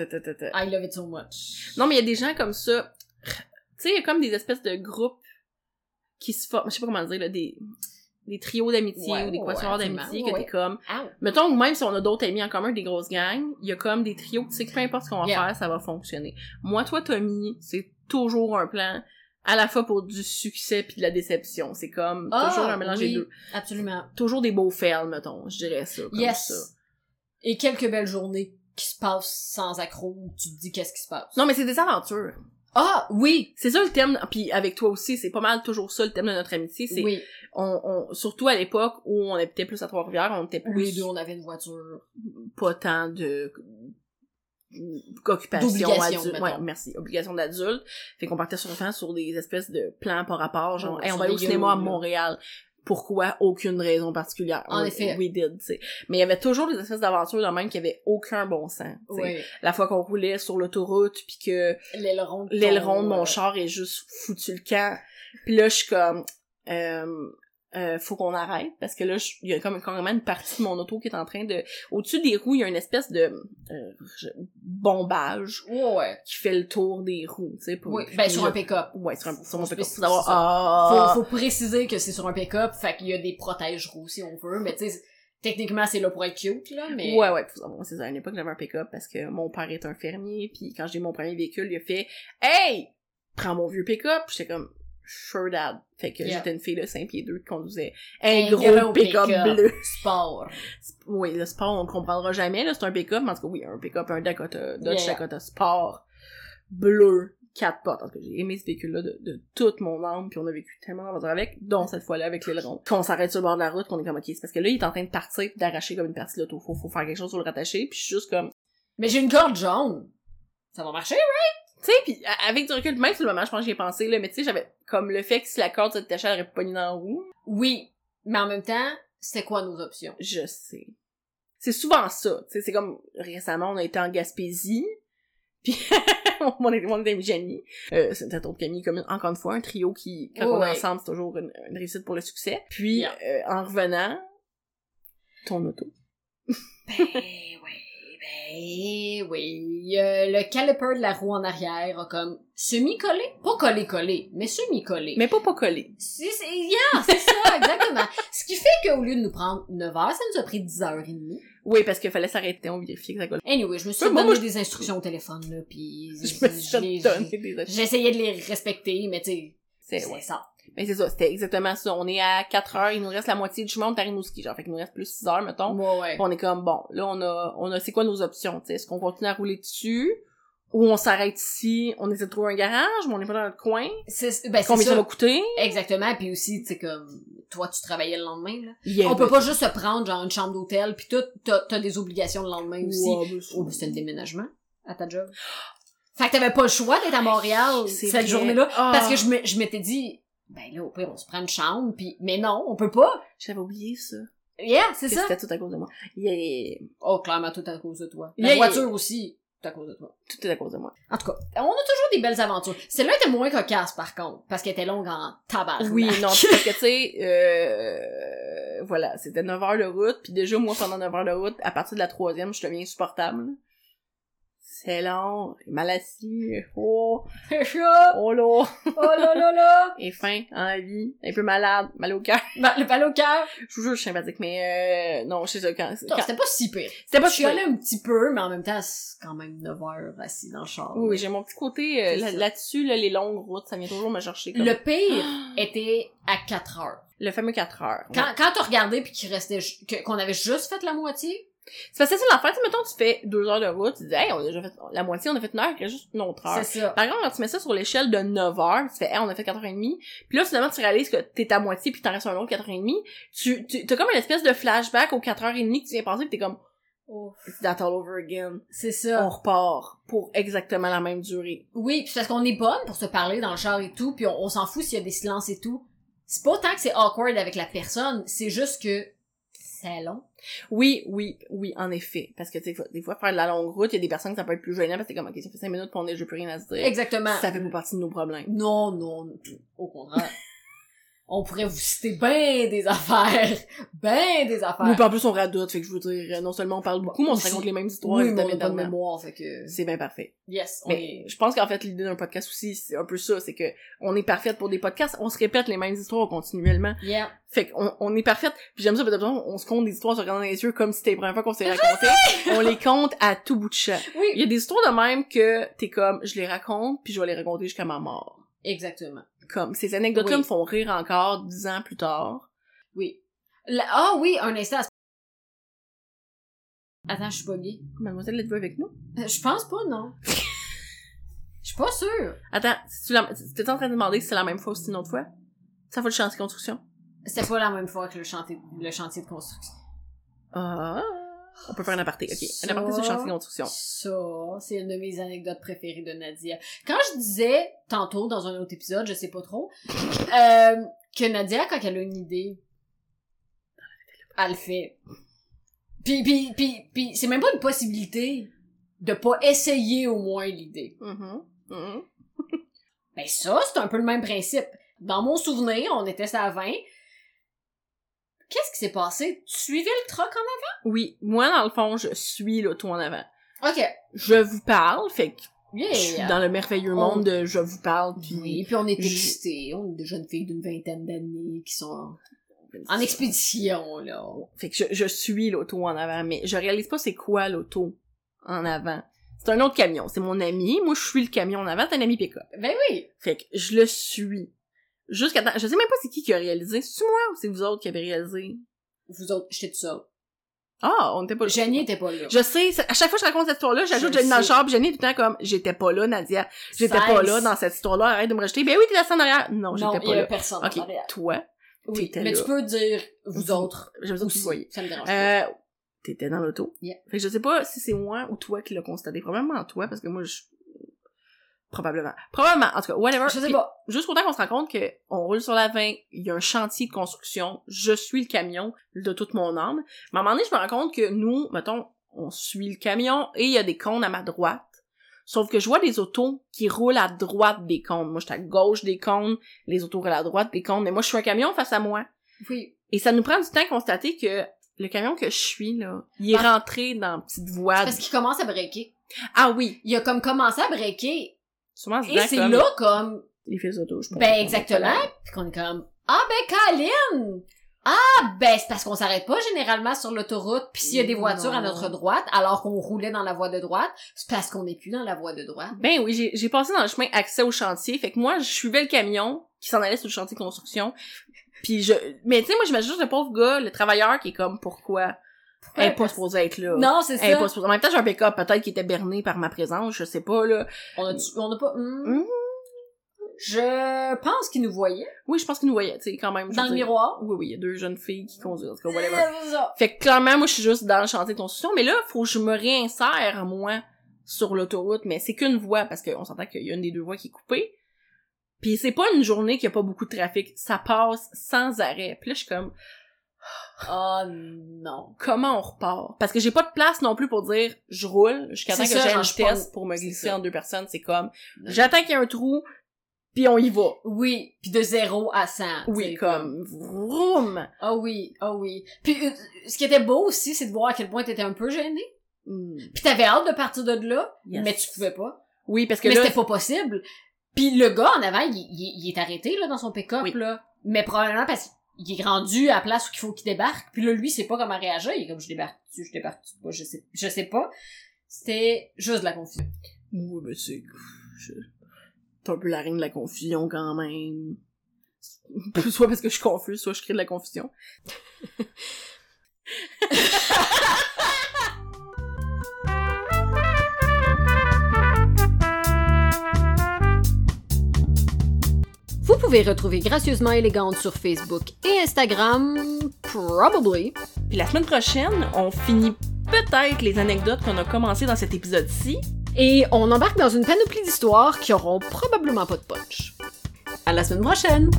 [SPEAKER 1] I love it so much.
[SPEAKER 2] Non, mais il y a des gens comme ça. Tu sais, il y a comme des espèces de groupes qui se forment. Je sais pas comment le dire, là, des, des trios d'amitié
[SPEAKER 1] Ouais,
[SPEAKER 2] ou des
[SPEAKER 1] ouais,
[SPEAKER 2] quatuors
[SPEAKER 1] absolument,
[SPEAKER 2] d'amitié que
[SPEAKER 1] ouais.
[SPEAKER 2] t'es comme.
[SPEAKER 1] Ow.
[SPEAKER 2] Mettons que même si on a d'autres amis en commun, des grosses gangs, il y a comme des trios, tu sais que peu importe ce qu'on va
[SPEAKER 1] Yeah.
[SPEAKER 2] faire, ça va fonctionner. Moi, toi, Tommy, c'est toujours un plan à la fois pour du succès puis de la déception. C'est comme
[SPEAKER 1] Ah,
[SPEAKER 2] toujours un mélange
[SPEAKER 1] oui,
[SPEAKER 2] des deux.
[SPEAKER 1] Absolument.
[SPEAKER 2] Toujours des beaux fails, mettons, je dirais ça. Comme
[SPEAKER 1] yes.
[SPEAKER 2] ça.
[SPEAKER 1] Et quelques belles journées qui se passent sans accro où tu te dis qu'est-ce qui se passe.
[SPEAKER 2] Non, mais c'est des aventures.
[SPEAKER 1] Ah, oui!
[SPEAKER 2] C'est ça le thème, puis avec toi aussi, c'est pas mal toujours ça le thème de notre amitié, c'est
[SPEAKER 1] Oui.
[SPEAKER 2] on, on- surtout à l'époque où on habitait plus à Trois-Rivières, on était
[SPEAKER 1] Les
[SPEAKER 2] plus
[SPEAKER 1] deux, on avait une voiture.
[SPEAKER 2] pas tant de occupation
[SPEAKER 1] D'obligation,
[SPEAKER 2] adulte.
[SPEAKER 1] mettons.
[SPEAKER 2] Ouais, merci. Obligation d'adulte. Fait qu'on partait souvent sur des espèces de plans par rapport, genre,
[SPEAKER 1] Ouais,
[SPEAKER 2] hey, on
[SPEAKER 1] sur
[SPEAKER 2] va aller
[SPEAKER 1] des
[SPEAKER 2] au cinéma à
[SPEAKER 1] gueules, là.
[SPEAKER 2] Montréal. Pourquoi? Aucune raison particulière.
[SPEAKER 1] En
[SPEAKER 2] We-
[SPEAKER 1] effet.
[SPEAKER 2] We did, tu sais. Mais il y avait toujours des espèces d'aventures de même qui avaient aucun bon sens. tu sais.
[SPEAKER 1] Oui.
[SPEAKER 2] La fois qu'on roulait sur l'autoroute, puis que
[SPEAKER 1] L'aileron de ton- euh,
[SPEAKER 2] l'aileron de mon char est juste foutu le camp. Puis là, je suis comme, euh, euh, faut qu'on arrête parce que là, je- il y a comme carrément une partie de mon auto qui est en train de, au-dessus des roues, il y a une espèce de euh, je- bombage
[SPEAKER 1] Ouais, ouais.
[SPEAKER 2] qui fait le tour des roues, tu sais. pour-
[SPEAKER 1] Oui.
[SPEAKER 2] puis
[SPEAKER 1] Ben, sur
[SPEAKER 2] là-
[SPEAKER 1] un pick-up.
[SPEAKER 2] Ouais, sur un sur mon
[SPEAKER 1] Faut
[SPEAKER 2] pick-up.
[SPEAKER 1] spécifier
[SPEAKER 2] Pour savoir,
[SPEAKER 1] ça.
[SPEAKER 2] ah,
[SPEAKER 1] Faut, faut préciser que c'est sur un pick-up, fait qu'il y a des protège roues si on veut, mais tu sais, techniquement c'est là pour être cute, là, mais.
[SPEAKER 2] Ouais, ouais, faut savoir. c'est ça. À une époque, j'avais un pick-up parce que mon père est un fermier, puis quand j'ai eu mon premier véhicule, il a fait « Hey! Prends mon vieux pick-up! » J'étais comme « Sure, dad! » Fait que
[SPEAKER 1] Yeah.
[SPEAKER 2] j'étais une fille de 5 pieds 2 qui conduisait un
[SPEAKER 1] Un
[SPEAKER 2] gros
[SPEAKER 1] gros
[SPEAKER 2] pick-up
[SPEAKER 1] pick-up.
[SPEAKER 2] bleu.
[SPEAKER 1] Sport.
[SPEAKER 2] Oui, le sport, on le comprendra jamais, là, c'est un pick-up, mais en tout cas, oui, un pick-up, un Dakota, Dodge
[SPEAKER 1] Yeah.
[SPEAKER 2] Dakota Sport bleu, quatre portes. En tout cas, j'ai aimé ce véhicule-là de, de toute mon âme, puis on a vécu tellement d'aventure avec, dont cette fois-là avec l'aileron. Qu'on s'arrête sur le bord de la route, qu'on est comme, ok, c'est parce que là, il est en train de partir, puis d'arracher comme une partie de l'auto. Faut, faut faire quelque chose pour le rattacher, puis je suis juste comme,
[SPEAKER 1] Mais j'ai une corde jaune. Ça va marcher? hein?
[SPEAKER 2] tu sais, puis a- avec du recul, même sur le moment, je pense que j'y ai pensé, là, mais tu sais, j'avais comme le fait que si la corde se détachait, elle aurait pogné dans la roue.
[SPEAKER 1] Oui. Mais en même temps, c'est quoi nos options?
[SPEAKER 2] Je sais. C'est souvent ça, tu sais, c'est comme, récemment, on a été en Gaspésie, (laughs) puis on était mon ami Jenny, euh, c'était autre Camille commune, encore une fois, un trio qui, quand
[SPEAKER 1] Oh,
[SPEAKER 2] on est
[SPEAKER 1] ouais.
[SPEAKER 2] ensemble, c'est toujours une, une réussite pour le succès. Puis,
[SPEAKER 1] Yeah.
[SPEAKER 2] euh, en revenant, ton auto.
[SPEAKER 1] Ben oui, ben oui. Euh, le caliper de la roue en arrière a comme semi-collé. Pas collé-collé, mais semi-collé.
[SPEAKER 2] Mais pas pas collé.
[SPEAKER 1] Si, c'est, yeah, c'est ça, (laughs) exactement. Ce qui fait qu'au lieu de nous prendre 9 heures, ça nous a pris 10 heures et demie.
[SPEAKER 2] Oui, parce qu'il fallait s'arrêter, on vérifiait que ça collait.
[SPEAKER 1] Anyway, je me suis
[SPEAKER 2] Mais moi,
[SPEAKER 1] donné
[SPEAKER 2] moi, je-
[SPEAKER 1] des instructions au téléphone, là, pis...
[SPEAKER 2] (laughs) Je me suis
[SPEAKER 1] j'ai-
[SPEAKER 2] donné des
[SPEAKER 1] j'ai- J'essayais de les respecter, mais tu sais,
[SPEAKER 2] C'est,
[SPEAKER 1] c'est
[SPEAKER 2] ouais.
[SPEAKER 1] ça.
[SPEAKER 2] Mais c'est ça, c'était exactement ça. On est à 4 heures, il nous reste la moitié du chemin, on est à Rimouski, genre. Fait qu'il nous reste plus 6 heures, mettons.
[SPEAKER 1] Ouais, ouais.
[SPEAKER 2] Puis on est comme, bon, là, on a, on a, c'est quoi nos options, tu sais? Est-ce qu'on continue à rouler dessus? Ou on s'arrête ici, on essaie de trouver un garage, mais on n'est pas dans notre coin?
[SPEAKER 1] C'est, ben, c'est
[SPEAKER 2] Combien ça.
[SPEAKER 1] ça.
[SPEAKER 2] va coûter?
[SPEAKER 1] Exactement, puis aussi, tu sais, comme, toi, tu travaillais le lendemain, là.
[SPEAKER 2] Yeah,
[SPEAKER 1] On peut
[SPEAKER 2] ben,
[SPEAKER 1] pas juste se prendre, genre, une chambre d'hôtel, puis tout, t'as, t'as des obligations le lendemain aussi.
[SPEAKER 2] ouais, ben,
[SPEAKER 1] Oh, c'est un déménagement à ta job. Fait que t'avais pas le choix d'être à Montréal
[SPEAKER 2] Ben, c'est
[SPEAKER 1] cette
[SPEAKER 2] vrai.
[SPEAKER 1] journée-là.
[SPEAKER 2] Ah,
[SPEAKER 1] Parce que je, me- je m'étais dit, ben là, au pire, on se prend une chambre, puis mais non, on peut pas.
[SPEAKER 2] J'avais oublié ça.
[SPEAKER 1] Yeah, c'est
[SPEAKER 2] Que
[SPEAKER 1] ça.
[SPEAKER 2] C'était tout à cause de moi. Yeah,
[SPEAKER 1] Oh, clairement, tout à cause de toi. La
[SPEAKER 2] Yeah, yeah.
[SPEAKER 1] voiture aussi, tout à cause de toi.
[SPEAKER 2] tout est à cause de moi.
[SPEAKER 1] En tout cas, on a toujours des belles aventures. Celle-là était moins Ah, cocasse, par contre, parce qu'elle était longue en tabac.
[SPEAKER 2] Oui, non, parce que, tu sais, euh, euh, voilà, c'était 9 heures de route, puis déjà, moi, pendant 9 heures de route, à partir de la troisième, je deviens insupportable. C'est long, j'ai mal assis, oh,
[SPEAKER 1] C'est chaud!
[SPEAKER 2] oh là,
[SPEAKER 1] (laughs) Oh là là là!
[SPEAKER 2] et fin, en la vie, un peu malade, mal au cœur. (laughs)
[SPEAKER 1] Ben, le pal au cœur.
[SPEAKER 2] Je vous jure, je suis sympathique, mais euh, non, je sais ça, quand...
[SPEAKER 1] Non,
[SPEAKER 2] quand-
[SPEAKER 1] C'était pas si pire.
[SPEAKER 2] C'était pas
[SPEAKER 1] Je suis allée un petit peu, mais en même temps, c'est quand même 9 heures assis dans le char.
[SPEAKER 2] Oui, oui, j'ai mon petit côté euh,
[SPEAKER 1] C'est
[SPEAKER 2] là-
[SPEAKER 1] ça.
[SPEAKER 2] là-dessus, là, les longues routes, ça vient toujours me chercher. Comme...
[SPEAKER 1] Le
[SPEAKER 2] Le...
[SPEAKER 1] pire
[SPEAKER 2] (gasps)
[SPEAKER 1] était à 4 heures.
[SPEAKER 2] fameux 4 heures.
[SPEAKER 1] Quand,
[SPEAKER 2] Ouais.
[SPEAKER 1] quand t'as regardé puis qu'il restait ju- que- qu'on avait juste fait la moitié,
[SPEAKER 2] C'est parce que c'est ça l'affaire, tu sais, mettons, tu fais 2 heures de route, tu dis, hey, on a déjà fait la moitié, on a fait une heure, il reste juste une autre heure.
[SPEAKER 1] c'est ça.
[SPEAKER 2] Par contre, quand tu mets ça sur l'échelle de 9 heures, tu fais, hey, on a fait 4h30, puis là, finalement, tu réalises que t'es à moitié, puis t'en restes un autre 4h30, tu, tu, t'as comme une espèce de flashback aux 4h30 que tu viens passer, puis t'es comme, it's that all over again.
[SPEAKER 1] C'est ça.
[SPEAKER 2] On repart pour exactement la même durée.
[SPEAKER 1] Oui, puis c'est parce qu'on est bonne pour se parler dans le char et tout, puis on, on s'en fout s'il y a des silences et tout. C'est pas tant que c'est awkward avec la personne, c'est juste que c'est long.
[SPEAKER 2] Oui, oui, oui, en effet. Parce que, tu sais, des fois- des fois, faire de la longue route, il y a des personnes que ça peut être plus gênant, parce que t'es comme, ok, ça fait 5 minutes, qu'on on est, j'ai plus rien à se dire.
[SPEAKER 1] Exactement.
[SPEAKER 2] Ça fait pas partie de nos problèmes.
[SPEAKER 1] Non, non, au contraire. on pourrait vous citer ben des affaires, ben des affaires.
[SPEAKER 2] Nous, puis en plus, on radote, fait que je veux dire, non seulement on parle beaucoup, mais on se
[SPEAKER 1] Aussi-
[SPEAKER 2] raconte les mêmes histoires,
[SPEAKER 1] oui, mais on a
[SPEAKER 2] évidemment,
[SPEAKER 1] pas de
[SPEAKER 2] évidemment.
[SPEAKER 1] mémoire, fait que...
[SPEAKER 2] C'est bien parfait.
[SPEAKER 1] Yes, on
[SPEAKER 2] Mais
[SPEAKER 1] est...
[SPEAKER 2] je pense qu'en fait, l'idée d'un podcast aussi, c'est un peu ça, c'est que on est parfaite pour des podcasts, on se répète les mêmes histoires continuellement.
[SPEAKER 1] Yeah.
[SPEAKER 2] Fait qu'on on est parfaite. Puis j'aime ça, parce que on se compte des histoires en se regardant dans les yeux comme si c'était la première fois qu'on s'est raconté. on les compte à tout bout de champ. Il
[SPEAKER 1] Oui,
[SPEAKER 2] y a des histoires de même que t'es comme, je les raconte, puis je vais les raconter jusqu'à ma mort.
[SPEAKER 1] exactement.
[SPEAKER 2] Comme, ces anecdotes-là
[SPEAKER 1] Oui.
[SPEAKER 2] me font rire encore dix ans plus tard.
[SPEAKER 1] Oui. La- Ah oui, un instant. Attends, je suis buggée.
[SPEAKER 2] Mademoiselle, êtes-vous avec nous?
[SPEAKER 1] Euh, Je pense pas,
[SPEAKER 2] (laughs)
[SPEAKER 1] non. Je suis pas sûre.
[SPEAKER 2] Attends, tu la- t'es en train de demander si c'est la même fois ou si c'est une autre fois? Ça fois le chantier de construction?
[SPEAKER 1] C'était pas la même fois que le chantier, le chantier de construction.
[SPEAKER 2] Ah. On peut faire un aparté, ok. Un aparté sur le chantier de construction.
[SPEAKER 1] Ça, c'est une de mes anecdotes préférées de Nadia. Quand je disais tantôt dans un autre épisode, je sais pas
[SPEAKER 2] (laughs)
[SPEAKER 1] trop, euh, que Nadia, quand elle a une idée, elle le fait. Puis, puis, puis, puis c'est même pas une possibilité de pas essayer au moins l'idée.
[SPEAKER 2] Mhm.
[SPEAKER 1] Mm-hmm.
[SPEAKER 2] Mhm.
[SPEAKER 1] Ben ça, c'est un peu le même principe. Dans mon souvenir, on était ça à 20. Qu'est-ce qui s'est passé? Tu suivais le truck en
[SPEAKER 2] Oui, moi, dans le fond, je suis l'auto en avant.
[SPEAKER 1] avant? Ok.
[SPEAKER 2] Je vous parle, fait que
[SPEAKER 1] Yeah.
[SPEAKER 2] je suis dans le merveilleux
[SPEAKER 1] On-
[SPEAKER 2] monde de je vous parle, puis...
[SPEAKER 1] Oh. Oui, puis on est
[SPEAKER 2] Je-
[SPEAKER 1] excités. On est des jeunes filles d'une vingtaine d'années qui sont en expédition, là.
[SPEAKER 2] Fait que je, je suis l'auto en avant, mais je réalise pas c'est quoi l'auto en avant. C'est un autre camion, c'est mon ami, moi je suis le camion en avant, t'es un ami pick-up.
[SPEAKER 1] Ben oui.
[SPEAKER 2] Fait que je le suis. Jusqu'à temps... Je sais même pas c'est qui qui a réalisé, c'est moi ou c'est vous autres qui avez réalisé?
[SPEAKER 1] Vous autres, j'étais tout seul.
[SPEAKER 2] Ah, on n'était pas...
[SPEAKER 1] Jenny était pas là.
[SPEAKER 2] Je sais, c'est- à chaque fois que je raconte cette histoire-là, j'ajoute
[SPEAKER 1] Je
[SPEAKER 2] Jenny dans le
[SPEAKER 1] sais.
[SPEAKER 2] char, puis Jenny est tout le temps comme, j'étais pas là, Nadia. J'étais pas
[SPEAKER 1] Cesse.
[SPEAKER 2] là dans cette histoire-là, arrête de me rejeter. Ben oui, t'es assis en arrière. Non,
[SPEAKER 1] Non,
[SPEAKER 2] j'étais
[SPEAKER 1] il y
[SPEAKER 2] pas
[SPEAKER 1] a
[SPEAKER 2] là.
[SPEAKER 1] personne.
[SPEAKER 2] Ok,
[SPEAKER 1] en arrière.
[SPEAKER 2] toi,
[SPEAKER 1] Oui,
[SPEAKER 2] t'étais
[SPEAKER 1] mais
[SPEAKER 2] là.
[SPEAKER 1] tu peux dire vous autres
[SPEAKER 2] j'aime ça que tu
[SPEAKER 1] aussi.
[SPEAKER 2] le voyais.
[SPEAKER 1] Ça me dérange pas.
[SPEAKER 2] Euh, t'étais dans l'auto.
[SPEAKER 1] Yeah.
[SPEAKER 2] Fait que je sais pas si c'est moi ou toi qui l'as constaté. Probablement toi, parce que moi, je... Probablement. Probablement. En tout cas, whatever.
[SPEAKER 1] Je sais
[SPEAKER 2] Puis,
[SPEAKER 1] pas.
[SPEAKER 2] Jusqu'au temps qu'on se rend compte que on roule sur la 20, il y a un chantier de construction, je suis le camion de toute mon âme. Mais à un moment donné, je me rends compte que nous, mettons, on suit le camion et il y a des cônes à ma droite. Sauf que je vois des autos qui roulent à droite des cônes. Moi, je suis à gauche des cônes, les autos roulent à droite des cônes, mais moi, je suis un camion face à moi.
[SPEAKER 1] Oui.
[SPEAKER 2] Et ça nous prend du temps à constater que le camion que je suis, là, il est rentré dans la petite voie.
[SPEAKER 1] Parce qu'il commence à breaker.
[SPEAKER 2] Ah oui!
[SPEAKER 1] Il a comme commencé à breaker.
[SPEAKER 2] Sûrement en se
[SPEAKER 1] Et
[SPEAKER 2] disant
[SPEAKER 1] c'est
[SPEAKER 2] comme,
[SPEAKER 1] là comme
[SPEAKER 2] Les fils d'auto, je pense.
[SPEAKER 1] Ben exactement, puis qu'on est comme ah ben Colin. Ah ben c'est parce qu'on s'arrête pas généralement sur l'autoroute, puis s'il y a des voitures à
[SPEAKER 2] Non.
[SPEAKER 1] notre droite alors qu'on roulait dans la voie de droite, c'est parce qu'on n'est plus dans la voie de droite.
[SPEAKER 2] Ben oui, j'ai- j'ai passé dans le chemin accès au chantier. Fait que moi, je suivais le camion qui s'en allait sur le chantier de construction. Puis je... Mais tu sais, moi, j'imagine juste le pauvre gars, le travailleur qui est comme, pourquoi? Elle est pas supposée être là.
[SPEAKER 1] Non, c'est
[SPEAKER 2] Elle est
[SPEAKER 1] ça.
[SPEAKER 2] pas supposée... En même temps, j'ai un pick-up peut-être qui était berné par ma présence, je sais pas, là.
[SPEAKER 1] On a tu- on a pas hmm.
[SPEAKER 2] Hmm.
[SPEAKER 1] Je pense qu'il nous voyait
[SPEAKER 2] Oui, je pense qu'il nous voyait, tu sais, quand même. je
[SPEAKER 1] dans
[SPEAKER 2] veux
[SPEAKER 1] le
[SPEAKER 2] dire.
[SPEAKER 1] miroir.
[SPEAKER 2] Oui, oui, il y a deux jeunes filles qui conduisent, en tout cas,
[SPEAKER 1] C'est
[SPEAKER 2] whatever.
[SPEAKER 1] ça.
[SPEAKER 2] Fait que clairement, moi, je suis juste dans le chantier de construction, mais là, faut que je me réinsère, moi, sur l'autoroute, mais c'est qu'une voie, parce qu'on s'entend qu'il y a une des deux voies qui est coupée. Puis c'est pas une journée qu'il y a pas beaucoup de trafic, ça passe sans arrêt. Puis là, je suis comme,
[SPEAKER 1] Oh non.
[SPEAKER 2] comment on repart? Parce que j'ai pas de place non plus pour dire, je roule, jusqu'à temps
[SPEAKER 1] C'est
[SPEAKER 2] que
[SPEAKER 1] ça,
[SPEAKER 2] j'ai
[SPEAKER 1] genre,
[SPEAKER 2] un
[SPEAKER 1] je prends-
[SPEAKER 2] test pour me
[SPEAKER 1] c'est
[SPEAKER 2] glisser
[SPEAKER 1] ça.
[SPEAKER 2] en deux personnes, c'est comme,
[SPEAKER 1] Non.
[SPEAKER 2] j'attends qu'il y ait un trou, puis on y va.
[SPEAKER 1] Oui, puis de 0 à 100. tu
[SPEAKER 2] Oui,
[SPEAKER 1] sais,
[SPEAKER 2] comme, vroom!
[SPEAKER 1] Ah oui, ah oui. Puis euh, ce qui était beau aussi, c'est de voir à quel point t'étais un peu gêné.
[SPEAKER 2] Hmm.
[SPEAKER 1] Puis t'avais hâte de partir de là,
[SPEAKER 2] Yes.
[SPEAKER 1] mais tu pouvais pas.
[SPEAKER 2] Oui, parce que
[SPEAKER 1] Mais
[SPEAKER 2] là,
[SPEAKER 1] c'était pas possible. Puis le gars en avant, il, il- il est arrêté là dans son pick-up
[SPEAKER 2] Oui.
[SPEAKER 1] là, mais probablement parce qu'il est rendu à la place où il faut qu'il débarque. Puis là, lui, c'est pas comment réagir. Il est comme je débarque, tu je débarque, tu pas, je sais, je sais pas. C'était juste de la confusion.
[SPEAKER 2] Oui, mais ben, c'est... je- T'es un peu la reine de la confusion, quand même. (laughs) Soit parce que je suis confuse, soit je crée de la confusion.
[SPEAKER 1] Vous pouvez retrouver gracieusement élégante sur Facebook et Instagram, probably.
[SPEAKER 2] Puis la semaine prochaine, on finit peut-être les anecdotes qu'on a commencées dans cet épisode-ci.
[SPEAKER 1] Et on embarque dans une panoplie d'histoires qui auront probablement pas de punch. À la semaine prochaine.